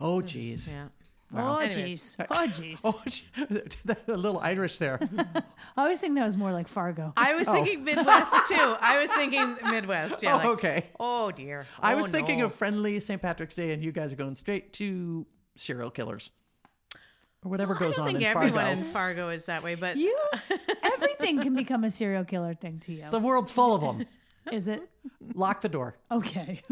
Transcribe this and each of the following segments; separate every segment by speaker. Speaker 1: Oh, geez.
Speaker 2: Yeah.
Speaker 1: Wow.
Speaker 3: Oh,
Speaker 2: Anyways.
Speaker 3: jeez. Oh, jeez.
Speaker 1: Oh, gee. a little Irish there.
Speaker 3: I always think that was more like Fargo.
Speaker 2: I was thinking Midwest too. I was thinking Midwest. Yeah.
Speaker 1: Oh,
Speaker 2: like,
Speaker 1: okay.
Speaker 2: Oh dear.
Speaker 1: I
Speaker 2: Oh,
Speaker 1: was thinking
Speaker 2: no.
Speaker 1: of friendly St. Patrick's Day, and you guys are going straight to serial killers or whatever
Speaker 2: I
Speaker 1: goes
Speaker 2: don't
Speaker 1: on
Speaker 2: think
Speaker 1: in Fargo.
Speaker 2: everyone in Fargo is that way, but
Speaker 3: you, everything can become a serial killer thing to you.
Speaker 1: the world's full of them.
Speaker 3: Is it?
Speaker 1: Lock the door.
Speaker 3: Okay.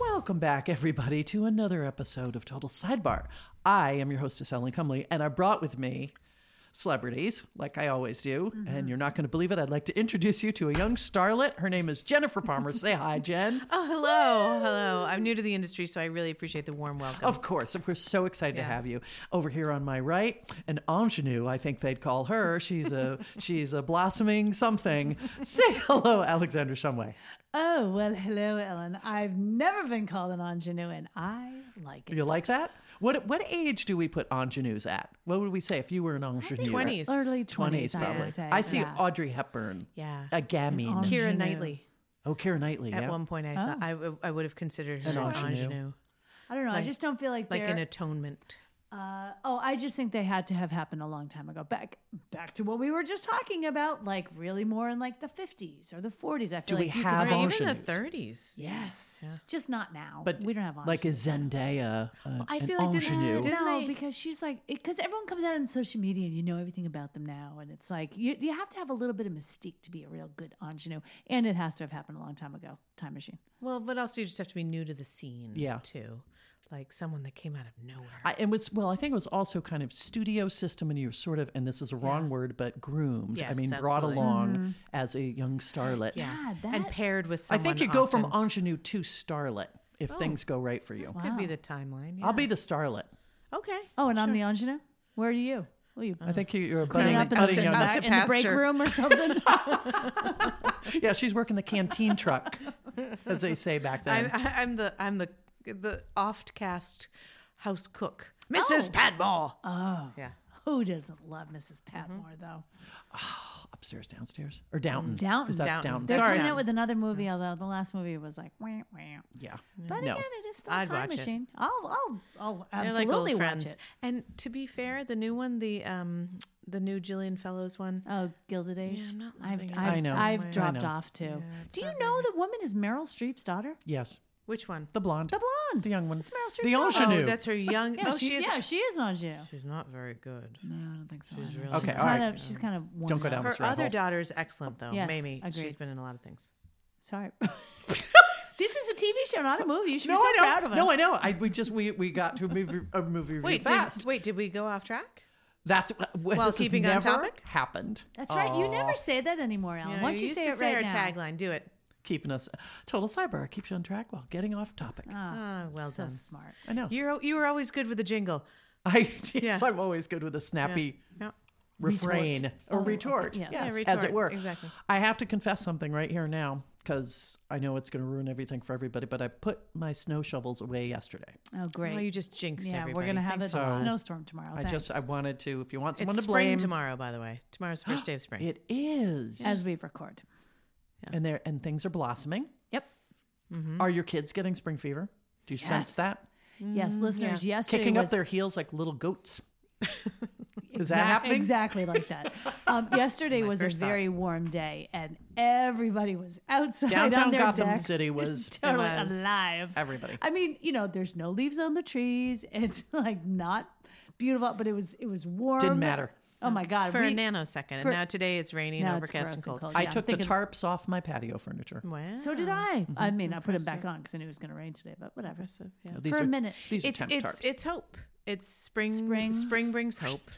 Speaker 1: Welcome back, everybody, to another episode of Total Sidebar. I am your hostess, Ellen Cumley, and I brought with me celebrities, like I always do.
Speaker 2: Mm-hmm.
Speaker 1: And you're not going to believe it. I'd like to introduce you to a young starlet. Her name is Jennifer Palmer. Say hi, Jen.
Speaker 2: Oh, hello. Hello. I'm new to the industry, so I really appreciate the warm welcome.
Speaker 1: Of course, we're so excited to have you over here on my right. An ingenue, I think they'd call her. She's a she's a blossoming something. Say hello, Alexander Shumway.
Speaker 3: Oh, well, hello, Ellen. I've never been called an ingenue, and I like it.
Speaker 1: You like that? What what age do we put ingenues at? What would we say if you were an ingenue?
Speaker 2: 20s.
Speaker 3: Early 20s,
Speaker 1: Twenties,
Speaker 3: I would
Speaker 1: probably.
Speaker 3: say.
Speaker 1: I see
Speaker 3: Yeah.
Speaker 1: Audrey Hepburn,
Speaker 2: Yeah.
Speaker 1: a gamine.
Speaker 3: An
Speaker 2: Kira
Speaker 3: ingenue.
Speaker 2: Knightley.
Speaker 1: Oh, Kira Knightley.
Speaker 2: At
Speaker 1: Yeah.
Speaker 2: one point, I thought I, w- I would have considered her an
Speaker 1: ingenue.
Speaker 2: ingenue,
Speaker 3: I don't know. I
Speaker 2: Like-
Speaker 3: just don't feel like
Speaker 2: like
Speaker 3: they're.
Speaker 2: an atonement.
Speaker 3: uh, oh, I just think they had to have happened a long time ago. Back back to what we were just talking about, like really more in like the 50s or the 40s. I feel
Speaker 1: Do
Speaker 3: like
Speaker 1: we
Speaker 3: you could
Speaker 1: have
Speaker 3: really-
Speaker 1: all-
Speaker 2: Or even the
Speaker 1: ingenues.
Speaker 2: 30s.
Speaker 3: Yes, just not now. But
Speaker 1: But
Speaker 3: we don't have on
Speaker 1: like a Zendaya. A,
Speaker 2: I
Speaker 1: an
Speaker 2: feel like didn't-
Speaker 1: ingenue.
Speaker 2: didn't-
Speaker 3: no,
Speaker 2: they-
Speaker 3: because she's like, because everyone comes out on social media and you know everything about them now, and it's like you you have to have a little bit of mystique to be a real good ingenue, and it has to have happened a long time ago. Time machine.
Speaker 2: Well, but also you just have to be new to the scene.
Speaker 1: Yeah.
Speaker 2: Too. Like someone that came out of nowhere.
Speaker 1: I, it was well. I think it was also kind of studio system, and you're sort of, and this is a wrong word, but groomed. I
Speaker 2: Yes,
Speaker 1: mean, brought
Speaker 2: absolutely.
Speaker 1: along as a young starlet.
Speaker 2: yeah.
Speaker 3: God,
Speaker 2: and
Speaker 3: that-
Speaker 2: paired with
Speaker 1: I
Speaker 2: someone.
Speaker 1: think you go from
Speaker 2: often.
Speaker 1: ingenue to starlet if things go right for you.
Speaker 2: Could be the timeline.
Speaker 1: I'll
Speaker 2: yeah.
Speaker 1: be the starlet.
Speaker 2: Okay.
Speaker 3: Oh, and I'm the ingenue. Where are you? Who are
Speaker 2: Uh,
Speaker 3: you?
Speaker 2: Mm.
Speaker 1: I think you- you're a budding,
Speaker 3: Running up in, the-
Speaker 1: budding
Speaker 3: in, the,
Speaker 1: young.
Speaker 3: back-
Speaker 2: To
Speaker 3: in the break
Speaker 2: pasture.
Speaker 3: room or something.
Speaker 1: Yeah, she's working the canteen truck, as they say back then.
Speaker 2: I'm, I- I'm the I'm the the oft cast house cook, Mrs. Padmore. Oh, yeah.
Speaker 3: Who doesn't love Mrs. Patmore though?
Speaker 2: Mm-hmm.
Speaker 1: Upstairs, downstairs, or Downton?
Speaker 3: Downton.
Speaker 1: Is that's
Speaker 2: Mm. Downton.
Speaker 1: Downton.
Speaker 3: They're
Speaker 1: Sorry.
Speaker 3: coming out with another movie, although the last movie was like, wah, wah.
Speaker 1: Yeah.
Speaker 3: but
Speaker 1: no.
Speaker 3: again, it is still a
Speaker 2: I'd
Speaker 3: time
Speaker 2: watch it.
Speaker 3: machine. I'll, I'll, I'll
Speaker 2: They're like old
Speaker 3: absolutely watch
Speaker 2: friends.
Speaker 3: it.
Speaker 2: And to be fair, the new one, the um, the new Gillian Fellows one.
Speaker 3: Oh, Gilded Age.
Speaker 2: I'm not
Speaker 3: I've,
Speaker 2: loving it.
Speaker 3: I've,
Speaker 1: I know.
Speaker 3: I've
Speaker 1: I know.
Speaker 3: dropped off too. Do you know the woman is Meryl Streep's daughter?
Speaker 1: Yes.
Speaker 2: Which one?
Speaker 1: The blonde.
Speaker 3: The blonde.
Speaker 1: The young one.
Speaker 3: It's Meryl Streep's
Speaker 1: The
Speaker 3: daughter.
Speaker 1: ingenue.
Speaker 2: Oh, that's her young.
Speaker 3: Yeah,
Speaker 2: oh,
Speaker 3: she,
Speaker 2: she is.
Speaker 3: yeah, she is an ingenue.
Speaker 2: She's not very good.
Speaker 3: No, I don't think so. She's
Speaker 2: really
Speaker 1: Okay,
Speaker 3: She's
Speaker 1: all
Speaker 3: kind
Speaker 1: right.
Speaker 3: of. She's kind of. worn
Speaker 1: Don't go
Speaker 3: out.
Speaker 1: down
Speaker 2: Her
Speaker 1: this rabbit
Speaker 2: other
Speaker 1: hole.
Speaker 2: daughter is excellent though.
Speaker 3: Yes,
Speaker 2: Mamie, she's
Speaker 3: agreed.
Speaker 2: been in a lot of things.
Speaker 3: Sorry. this is a TV show, not a movie. You should
Speaker 1: No,
Speaker 3: be so
Speaker 1: I know.
Speaker 3: proud of us.
Speaker 1: No, I know. I, we just we, we got to a movie, a movie review
Speaker 2: Wait,
Speaker 1: fast.
Speaker 2: did, wait, did we go off track?
Speaker 1: That's well,
Speaker 2: While
Speaker 1: this has
Speaker 2: keeping on
Speaker 1: never
Speaker 2: topic?
Speaker 1: happened. Oh,
Speaker 3: That's right. You never say that anymore, Alan.
Speaker 2: Yeah,
Speaker 3: Uh, Why don't you
Speaker 2: used
Speaker 3: say
Speaker 2: to
Speaker 3: it
Speaker 2: say
Speaker 3: right
Speaker 2: our
Speaker 3: now?
Speaker 2: tagline. Do it.
Speaker 1: Keeping us total sidebar keeps you on track while getting off topic.
Speaker 2: Ah, well
Speaker 3: so
Speaker 2: done.
Speaker 3: smart.
Speaker 1: I know.
Speaker 2: You're al- you were always good with the jingle.
Speaker 1: I yes, I'm always good with a snappy
Speaker 2: Yeah.
Speaker 1: refrain or retort,
Speaker 3: yes.
Speaker 1: yes,
Speaker 3: Yeah,
Speaker 1: as
Speaker 2: retort,
Speaker 1: it were.
Speaker 2: exactly.
Speaker 1: I have to confess something right here now because I know it's going to ruin everything for everybody. But I put my snow shovels away yesterday.
Speaker 3: Oh, great.
Speaker 2: Oh, you just jinxed
Speaker 3: yeah,
Speaker 2: everybody.
Speaker 3: we're gonna have a
Speaker 2: Thanks
Speaker 1: lot.
Speaker 3: snowstorm tomorrow.
Speaker 1: I just I
Speaker 3: thanks.
Speaker 1: wanted to. If you want someone
Speaker 2: it's
Speaker 1: to
Speaker 2: spring
Speaker 1: blame,
Speaker 2: tomorrow, by the way. Tomorrow's the first day of spring.
Speaker 1: it is,
Speaker 3: as we record.
Speaker 1: and there and things are blossoming.
Speaker 3: Yep.
Speaker 1: Are your kids getting spring fever? Do you sense
Speaker 3: Yes.
Speaker 1: that
Speaker 3: Yes, listeners. Yesterday
Speaker 1: kicking
Speaker 3: was
Speaker 1: up their heels like little goats? Is that
Speaker 3: Exact-
Speaker 1: happening?
Speaker 3: Exactly like that. Um, yesterday was a very warm day, and everybody was outside. on
Speaker 1: Downtown
Speaker 3: their
Speaker 1: Gotham
Speaker 3: decks,
Speaker 1: City was-
Speaker 3: totally
Speaker 2: was
Speaker 3: alive.
Speaker 1: everybody.
Speaker 3: I mean, you know, there's no leaves on the trees. It's like not beautiful, but it was it was warm.
Speaker 1: Didn't matter.
Speaker 3: Oh my god!
Speaker 2: for
Speaker 3: we-
Speaker 2: a nanosecond.
Speaker 3: for-
Speaker 2: and now today it's rainy and
Speaker 3: now it's
Speaker 2: overcast
Speaker 3: gross
Speaker 2: and cold.
Speaker 1: I
Speaker 3: Yeah,
Speaker 1: took the
Speaker 3: thinking-
Speaker 1: tarps off my patio furniture.
Speaker 2: Wow.
Speaker 3: So did I. I mean, I put them back on because I knew it was going to rain today, but whatever.
Speaker 2: yeah.
Speaker 1: These
Speaker 3: For a
Speaker 1: are-
Speaker 3: minute.
Speaker 1: these
Speaker 2: It's
Speaker 1: are temp
Speaker 2: it's
Speaker 1: tarps.
Speaker 2: it's hope. It's spring.
Speaker 3: Spring.
Speaker 2: Spring, brings hope.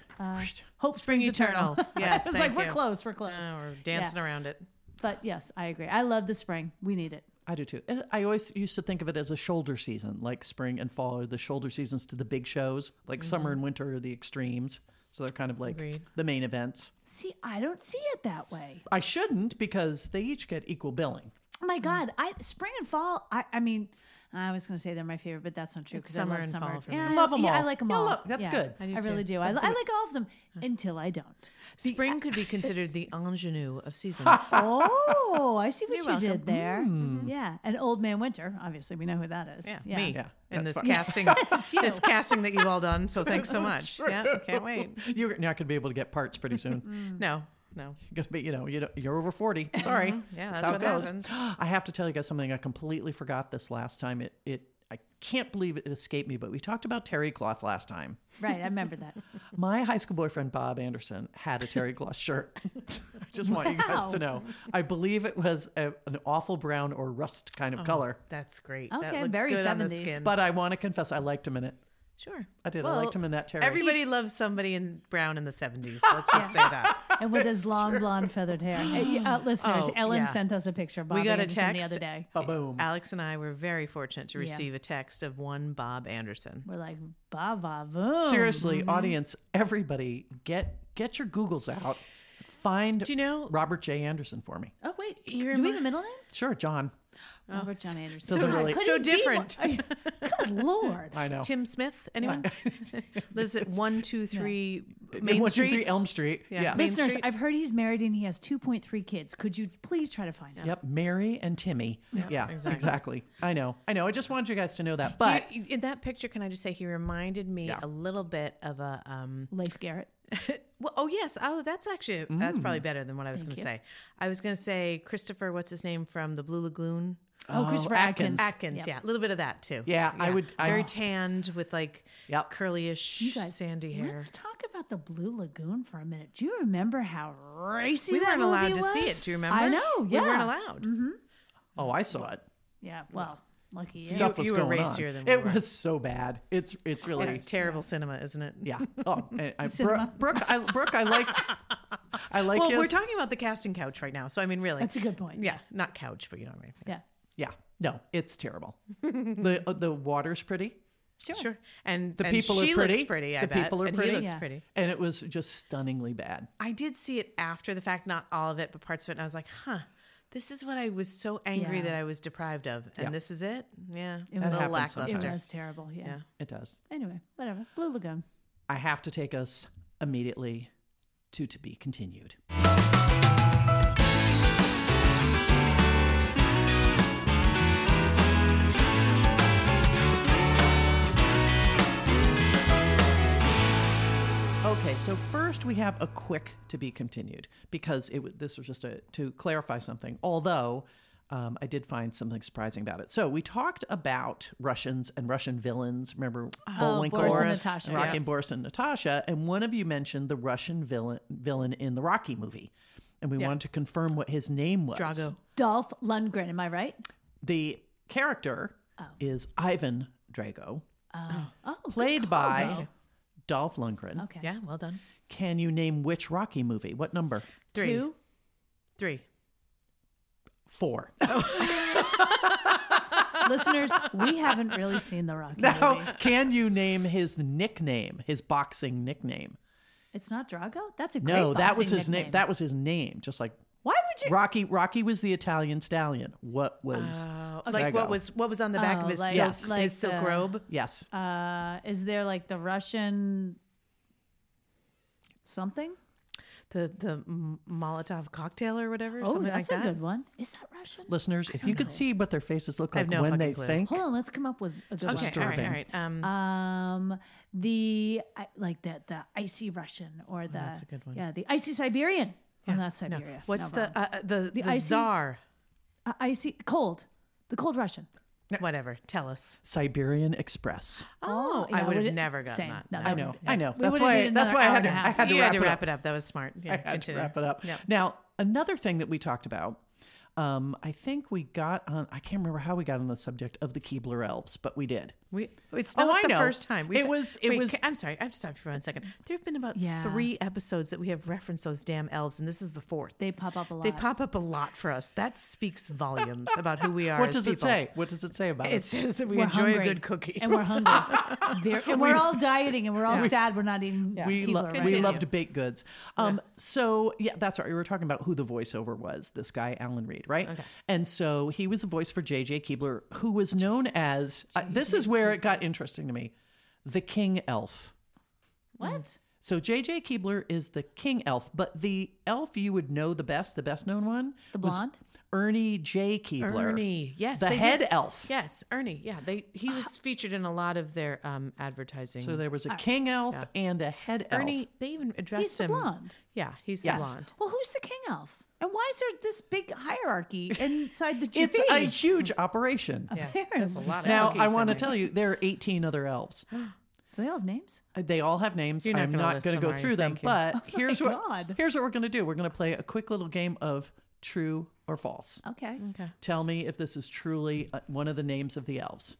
Speaker 3: Hope springs eternal.
Speaker 2: eternal. Yes,
Speaker 3: I was
Speaker 2: thank
Speaker 3: like, we're
Speaker 2: you.
Speaker 3: close. We're close.
Speaker 2: Uh, we're dancing
Speaker 3: Yeah.
Speaker 2: around it.
Speaker 3: But yes, I agree. I love the spring. We need it.
Speaker 1: I do too. Uh, I always used to think of it as a shoulder season, like spring and fall are the shoulder seasons to the big shows, like summer and winter are the extremes. So they're kind of like
Speaker 2: Mm-hmm. Agreed.
Speaker 1: the main events.
Speaker 3: See, I don't see it that way.
Speaker 1: I shouldn't because they each get equal billing.
Speaker 3: Oh my god! I spring and fall. I, I mean, I was going to say they're my favorite, but that's not true.
Speaker 2: It's
Speaker 3: 'cause I
Speaker 2: summer
Speaker 3: love
Speaker 2: and
Speaker 3: summer.
Speaker 2: fall for
Speaker 3: Yeah,
Speaker 1: me.
Speaker 3: I
Speaker 1: Love 'em
Speaker 3: yeah, I
Speaker 1: all.
Speaker 3: like them
Speaker 1: Yeah,
Speaker 3: all.
Speaker 1: look, that's good.
Speaker 3: I,
Speaker 1: I
Speaker 2: do
Speaker 3: really
Speaker 2: too.
Speaker 3: do. I, li- I like all of them until I don't.
Speaker 2: Spring could be considered the ingenue of seasons.
Speaker 3: Oh, I see what
Speaker 2: You're
Speaker 3: you
Speaker 2: welcome. Hmm.
Speaker 3: did there. Mm-hmm. Yeah, and Old Man Winter. Obviously, we know who that is.
Speaker 2: Yeah, me.
Speaker 1: Yeah,
Speaker 2: and this
Speaker 1: that's
Speaker 2: casting, this casting that you've all done. So thanks so much. Yeah, can't wait.
Speaker 1: You're not going to be able to get parts pretty soon.
Speaker 3: Mm.
Speaker 2: No, no.
Speaker 1: You're going to be, you know, you don't- you're over 40. Sorry.
Speaker 3: Mm-hmm.
Speaker 2: Yeah, Mm. that's
Speaker 1: how
Speaker 2: what
Speaker 1: it goes.
Speaker 2: happens.
Speaker 1: I have to tell you guys something I completely forgot this last time. It it I can't believe it escaped me, but we talked about terry cloth last time.
Speaker 3: Right, I remember that.
Speaker 1: My high school boyfriend Bob Anderson had a terry cloth shirt. I just want you guys to know. I believe it was a, an awful brown or rust kind of
Speaker 2: Oh.
Speaker 1: color.
Speaker 2: That's great. that
Speaker 3: Okay,
Speaker 2: looks
Speaker 3: very
Speaker 2: good on the
Speaker 3: 70s.
Speaker 2: skin.
Speaker 1: But I want to confess I liked him in it.
Speaker 2: sure,
Speaker 1: I did. I liked him in that terry.
Speaker 2: Everybody loves somebody in brown in the seventies. Let's just say that.
Speaker 3: And with his long blonde feathered hair. Uh, uh, listeners,
Speaker 2: Oh,
Speaker 3: Ellen
Speaker 2: yeah.
Speaker 3: sent us a picture of Bob
Speaker 2: We got a
Speaker 3: Anderson the
Speaker 2: text.
Speaker 3: other day.
Speaker 1: Ba-boom.
Speaker 2: Alex and I were very fortunate to receive a text of one Bob Anderson.
Speaker 3: We're like, bah, bah, boom.
Speaker 1: Seriously,
Speaker 2: Mm-hmm.
Speaker 1: audience, everybody, get get your Googles out. Find
Speaker 2: Do you know?
Speaker 1: Robert J. Anderson for me.
Speaker 3: Oh, wait.
Speaker 2: You
Speaker 3: do
Speaker 2: remi-
Speaker 3: we have a middle name?
Speaker 1: Sure, John.
Speaker 3: Robert John Anderson.
Speaker 1: so
Speaker 3: God,
Speaker 1: really-
Speaker 3: could
Speaker 2: so
Speaker 3: it be one-
Speaker 2: different.
Speaker 3: Good Lord.
Speaker 1: I know.
Speaker 2: Tim Smith, anyone? Lives at one two three Main
Speaker 1: One, two,
Speaker 2: Street.
Speaker 1: three Elm Street.
Speaker 2: Yeah.
Speaker 1: Yeah.
Speaker 2: Main
Speaker 3: Listeners,
Speaker 2: Street.
Speaker 3: I've heard he's married and he has 2.3 kids. Could you please try to find out?
Speaker 1: Yep, Mary and Timmy. yeah,
Speaker 2: exactly.
Speaker 1: exactly. I know. I know. I just wanted you guys to know that. But
Speaker 2: He- in that picture, can I just say he reminded me
Speaker 1: Yeah.
Speaker 2: a little bit of a um,
Speaker 3: Leif Garrett.
Speaker 2: Well, oh yes, oh that's actually that's
Speaker 1: Mm.
Speaker 2: probably better than what I was going to say. I was going to say Christopher, what's his name from the Blue Lagoon?
Speaker 3: Oh,
Speaker 1: Oh,
Speaker 3: Christopher
Speaker 1: Atkins.
Speaker 3: Atkins.
Speaker 2: Atkins,
Speaker 3: Yep.
Speaker 2: yeah, a little bit of that too.
Speaker 1: Yeah, I would- I-
Speaker 2: very tanned with like
Speaker 1: Yep.
Speaker 2: curlyish
Speaker 3: You guys,
Speaker 2: sandy hair.
Speaker 3: Let's talk about the Blue Lagoon for a minute. Do you remember how racy
Speaker 2: we
Speaker 3: that
Speaker 2: weren't allowed
Speaker 3: movie
Speaker 2: to see
Speaker 3: was?
Speaker 2: it. Do you remember?
Speaker 3: I know. Yeah. Mm-hmm.
Speaker 2: we weren't allowed.
Speaker 1: oh, I saw it.
Speaker 3: Yeah. Well, lucky you.
Speaker 1: Stuff was
Speaker 2: you were
Speaker 1: going
Speaker 2: racier
Speaker 1: on.
Speaker 2: than we
Speaker 1: it
Speaker 2: were.
Speaker 1: was so bad. It's it's really
Speaker 2: It's terrible cinema, isn't it?
Speaker 1: yeah. Oh, and I, Brooke,
Speaker 3: Cinema.
Speaker 1: Brooke, I, Brooke, I like I like
Speaker 2: Well,
Speaker 1: you.
Speaker 2: we're talking about the casting couch right now, so I mean, really,
Speaker 3: That's a good point.
Speaker 2: yeah, not couch, but you know what I mean.
Speaker 3: Yeah.
Speaker 1: yeah. No, it's terrible. the uh, the water's pretty.
Speaker 3: Sure.
Speaker 2: Sure, and
Speaker 1: The
Speaker 2: and
Speaker 1: people are
Speaker 2: she Looks
Speaker 1: pretty.
Speaker 2: pretty, I
Speaker 1: The
Speaker 2: bet,
Speaker 1: people are
Speaker 2: and
Speaker 1: pretty.
Speaker 2: He looks
Speaker 3: Yeah.
Speaker 2: pretty.
Speaker 1: And it was just stunningly bad.
Speaker 2: I did see it after the fact, not all of it, but parts of it. And I was like, huh, this is what I was so angry
Speaker 3: Yeah.
Speaker 2: that I was deprived of. And
Speaker 1: Yeah.
Speaker 2: this is it? Yeah. a
Speaker 3: It was-
Speaker 2: little
Speaker 1: That happens
Speaker 2: lackluster.
Speaker 3: It was terrible. Yeah.
Speaker 2: Yeah.
Speaker 1: It does.
Speaker 3: Anyway, whatever. Blue Lagoon.
Speaker 1: I have to take us immediately to to be continued. Okay, so first we have a quick to be continued because it w- this was just a, to clarify something. Although um, I did find something surprising about it. So we talked about Russians and Russian villains. Remember Bullwinkle,
Speaker 3: Oh, Boris and
Speaker 1: Boris,
Speaker 3: Natasha,
Speaker 1: Rocky
Speaker 2: yes.
Speaker 1: and Boris and Natasha, and one of you mentioned the Russian villain villain in the Rocky movie, and we wanted to confirm what his name was.
Speaker 2: Drago.
Speaker 3: Dolph Lundgren. Am I right?
Speaker 1: The character is Ivan Drago,
Speaker 3: Oh, good
Speaker 1: played
Speaker 3: call,
Speaker 1: by
Speaker 3: though.
Speaker 1: Dolph Lundgren.
Speaker 3: Okay.
Speaker 2: Yeah. Well done.
Speaker 1: Can you name which Rocky movie? What number?
Speaker 2: Three.
Speaker 3: Two.
Speaker 2: Three.
Speaker 1: Four.
Speaker 3: Listeners, we haven't really seen the Rocky
Speaker 1: Now,
Speaker 3: movies.
Speaker 1: can you name his nickname, his boxing nickname?
Speaker 3: It's not Drago. That's a great.
Speaker 1: No, that was
Speaker 3: boxing
Speaker 1: his
Speaker 3: nickname.
Speaker 1: name. That was his name. Just like
Speaker 3: Why would you?
Speaker 1: Rocky. Rocky was the Italian stallion. What was?
Speaker 3: Uh.
Speaker 2: Uh, like what
Speaker 1: Drago.
Speaker 2: was what was on the back
Speaker 3: Oh,
Speaker 2: of his
Speaker 3: like-
Speaker 2: silk,
Speaker 1: Yes.
Speaker 3: like
Speaker 2: his silk
Speaker 3: the-
Speaker 2: robe?
Speaker 1: yes.
Speaker 3: Uh, is there like the Russian something?
Speaker 2: The the M- Molotov cocktail or whatever.
Speaker 3: Oh,
Speaker 2: something
Speaker 3: that's
Speaker 2: like
Speaker 3: a
Speaker 2: that.
Speaker 3: good one. Is that Russian?
Speaker 1: listeners, if you could see what their faces look
Speaker 2: Oh. I have
Speaker 1: like
Speaker 2: no
Speaker 1: when
Speaker 2: fucking
Speaker 1: they
Speaker 2: clue.
Speaker 1: think,
Speaker 3: Hold on, let's come up with a
Speaker 2: Okay,
Speaker 3: good
Speaker 2: all right,
Speaker 1: Disturbing.
Speaker 2: all right. Um,
Speaker 3: one. Um, the I- like the the icy Russian or the that's
Speaker 2: a good one.
Speaker 3: Yeah, the icy Siberian. Yeah, that's
Speaker 2: no.
Speaker 3: Siberia.
Speaker 2: What's
Speaker 3: No, wrong.
Speaker 2: the, uh, uh, the the
Speaker 3: icy-
Speaker 2: czar?
Speaker 3: uh, icy cold? The cold Russian.
Speaker 2: Whatever. Tell us.
Speaker 1: Siberian Express.
Speaker 2: Oh, I
Speaker 3: yeah,
Speaker 2: would have
Speaker 3: would've-
Speaker 2: never gotten
Speaker 3: same.
Speaker 2: that.
Speaker 3: No,
Speaker 2: No.
Speaker 1: I
Speaker 3: would-
Speaker 1: know,
Speaker 3: yeah.
Speaker 1: I know.
Speaker 3: We
Speaker 1: That's
Speaker 3: would've
Speaker 1: why.
Speaker 3: needed
Speaker 1: That's
Speaker 3: another
Speaker 1: why I
Speaker 3: hour
Speaker 1: had
Speaker 3: and
Speaker 1: to.
Speaker 3: a
Speaker 1: I
Speaker 3: half.
Speaker 1: had to
Speaker 2: you
Speaker 1: wrap
Speaker 2: had to
Speaker 1: it
Speaker 2: wrap
Speaker 1: up.
Speaker 2: it up. That was smart. Yeah,
Speaker 1: I had
Speaker 2: continue.
Speaker 1: to wrap it up.
Speaker 2: Yep.
Speaker 1: Now another thing that we talked about. Um, I think we got on. I can't remember how we got on the subject of the Keebler elves, but we did.
Speaker 2: We it's
Speaker 1: Oh,
Speaker 2: not
Speaker 1: I
Speaker 2: the
Speaker 1: know.
Speaker 2: first time.
Speaker 1: It was- it
Speaker 2: wait,
Speaker 1: was-
Speaker 2: ca- I'm sorry. I'm just stopping for one second. There have been about
Speaker 3: Yeah.
Speaker 2: three episodes that we have referenced those damn elves, and this is the fourth.
Speaker 3: They pop up a lot.
Speaker 2: They pop up a lot for us. That speaks volumes about who we are.
Speaker 1: What
Speaker 2: as
Speaker 1: does it
Speaker 2: people.
Speaker 1: say? What does it say about
Speaker 2: It
Speaker 1: it?
Speaker 2: says that we
Speaker 3: We're
Speaker 2: enjoy
Speaker 3: hungry,
Speaker 2: a good cookie.
Speaker 3: and we're hungry, Very- and we're all dieting, and we're all sad we're not eating.
Speaker 1: We,
Speaker 3: Keebler
Speaker 1: lo-
Speaker 3: right
Speaker 1: we
Speaker 3: now.
Speaker 1: loved baked goods. Um, So, yeah, that's right. We were talking about who the voiceover was this guy, Alan Reed, right? And so he was a voice for J.J. Keebler, who was known as uh, this is where it got interesting to me the King Elf.
Speaker 3: what?
Speaker 1: So J.J. Keebler is the king elf, but the elf you would know the best, the best known one,
Speaker 3: The blonde?
Speaker 1: Ernie J. Keebler.
Speaker 2: Ernie, yes,
Speaker 1: the
Speaker 2: they
Speaker 1: head
Speaker 2: did.
Speaker 1: elf.
Speaker 2: Yes, Ernie. Yeah, they he was featured in a lot of their um, advertising.
Speaker 1: So there was a king elf and a head elf.
Speaker 2: Ernie, they even addressed
Speaker 3: He's the
Speaker 2: him.
Speaker 3: blonde.
Speaker 2: Yeah, he's
Speaker 1: Yes.
Speaker 2: the blonde.
Speaker 3: Well, who's the king elf? And why is there this big hierarchy inside the GP?
Speaker 1: It's a huge operation.
Speaker 2: Yeah,
Speaker 3: Apparently.
Speaker 2: that's a lot.
Speaker 1: Now
Speaker 2: of
Speaker 1: I want to tell you there are 18 other elves.
Speaker 3: Do they all have names?
Speaker 1: They all have names.
Speaker 2: not
Speaker 1: I'm
Speaker 2: gonna
Speaker 1: not
Speaker 2: list
Speaker 1: going to
Speaker 2: them,
Speaker 1: go
Speaker 2: are you?
Speaker 1: through them,
Speaker 2: Thank you. Oh
Speaker 1: but
Speaker 3: my
Speaker 1: here's what
Speaker 3: God.
Speaker 1: here's what we're going to do. We're going to play a quick little game of true or false.
Speaker 2: Uh.
Speaker 3: Okay.
Speaker 1: Tell me if this is truly uh, one of the names of the elves.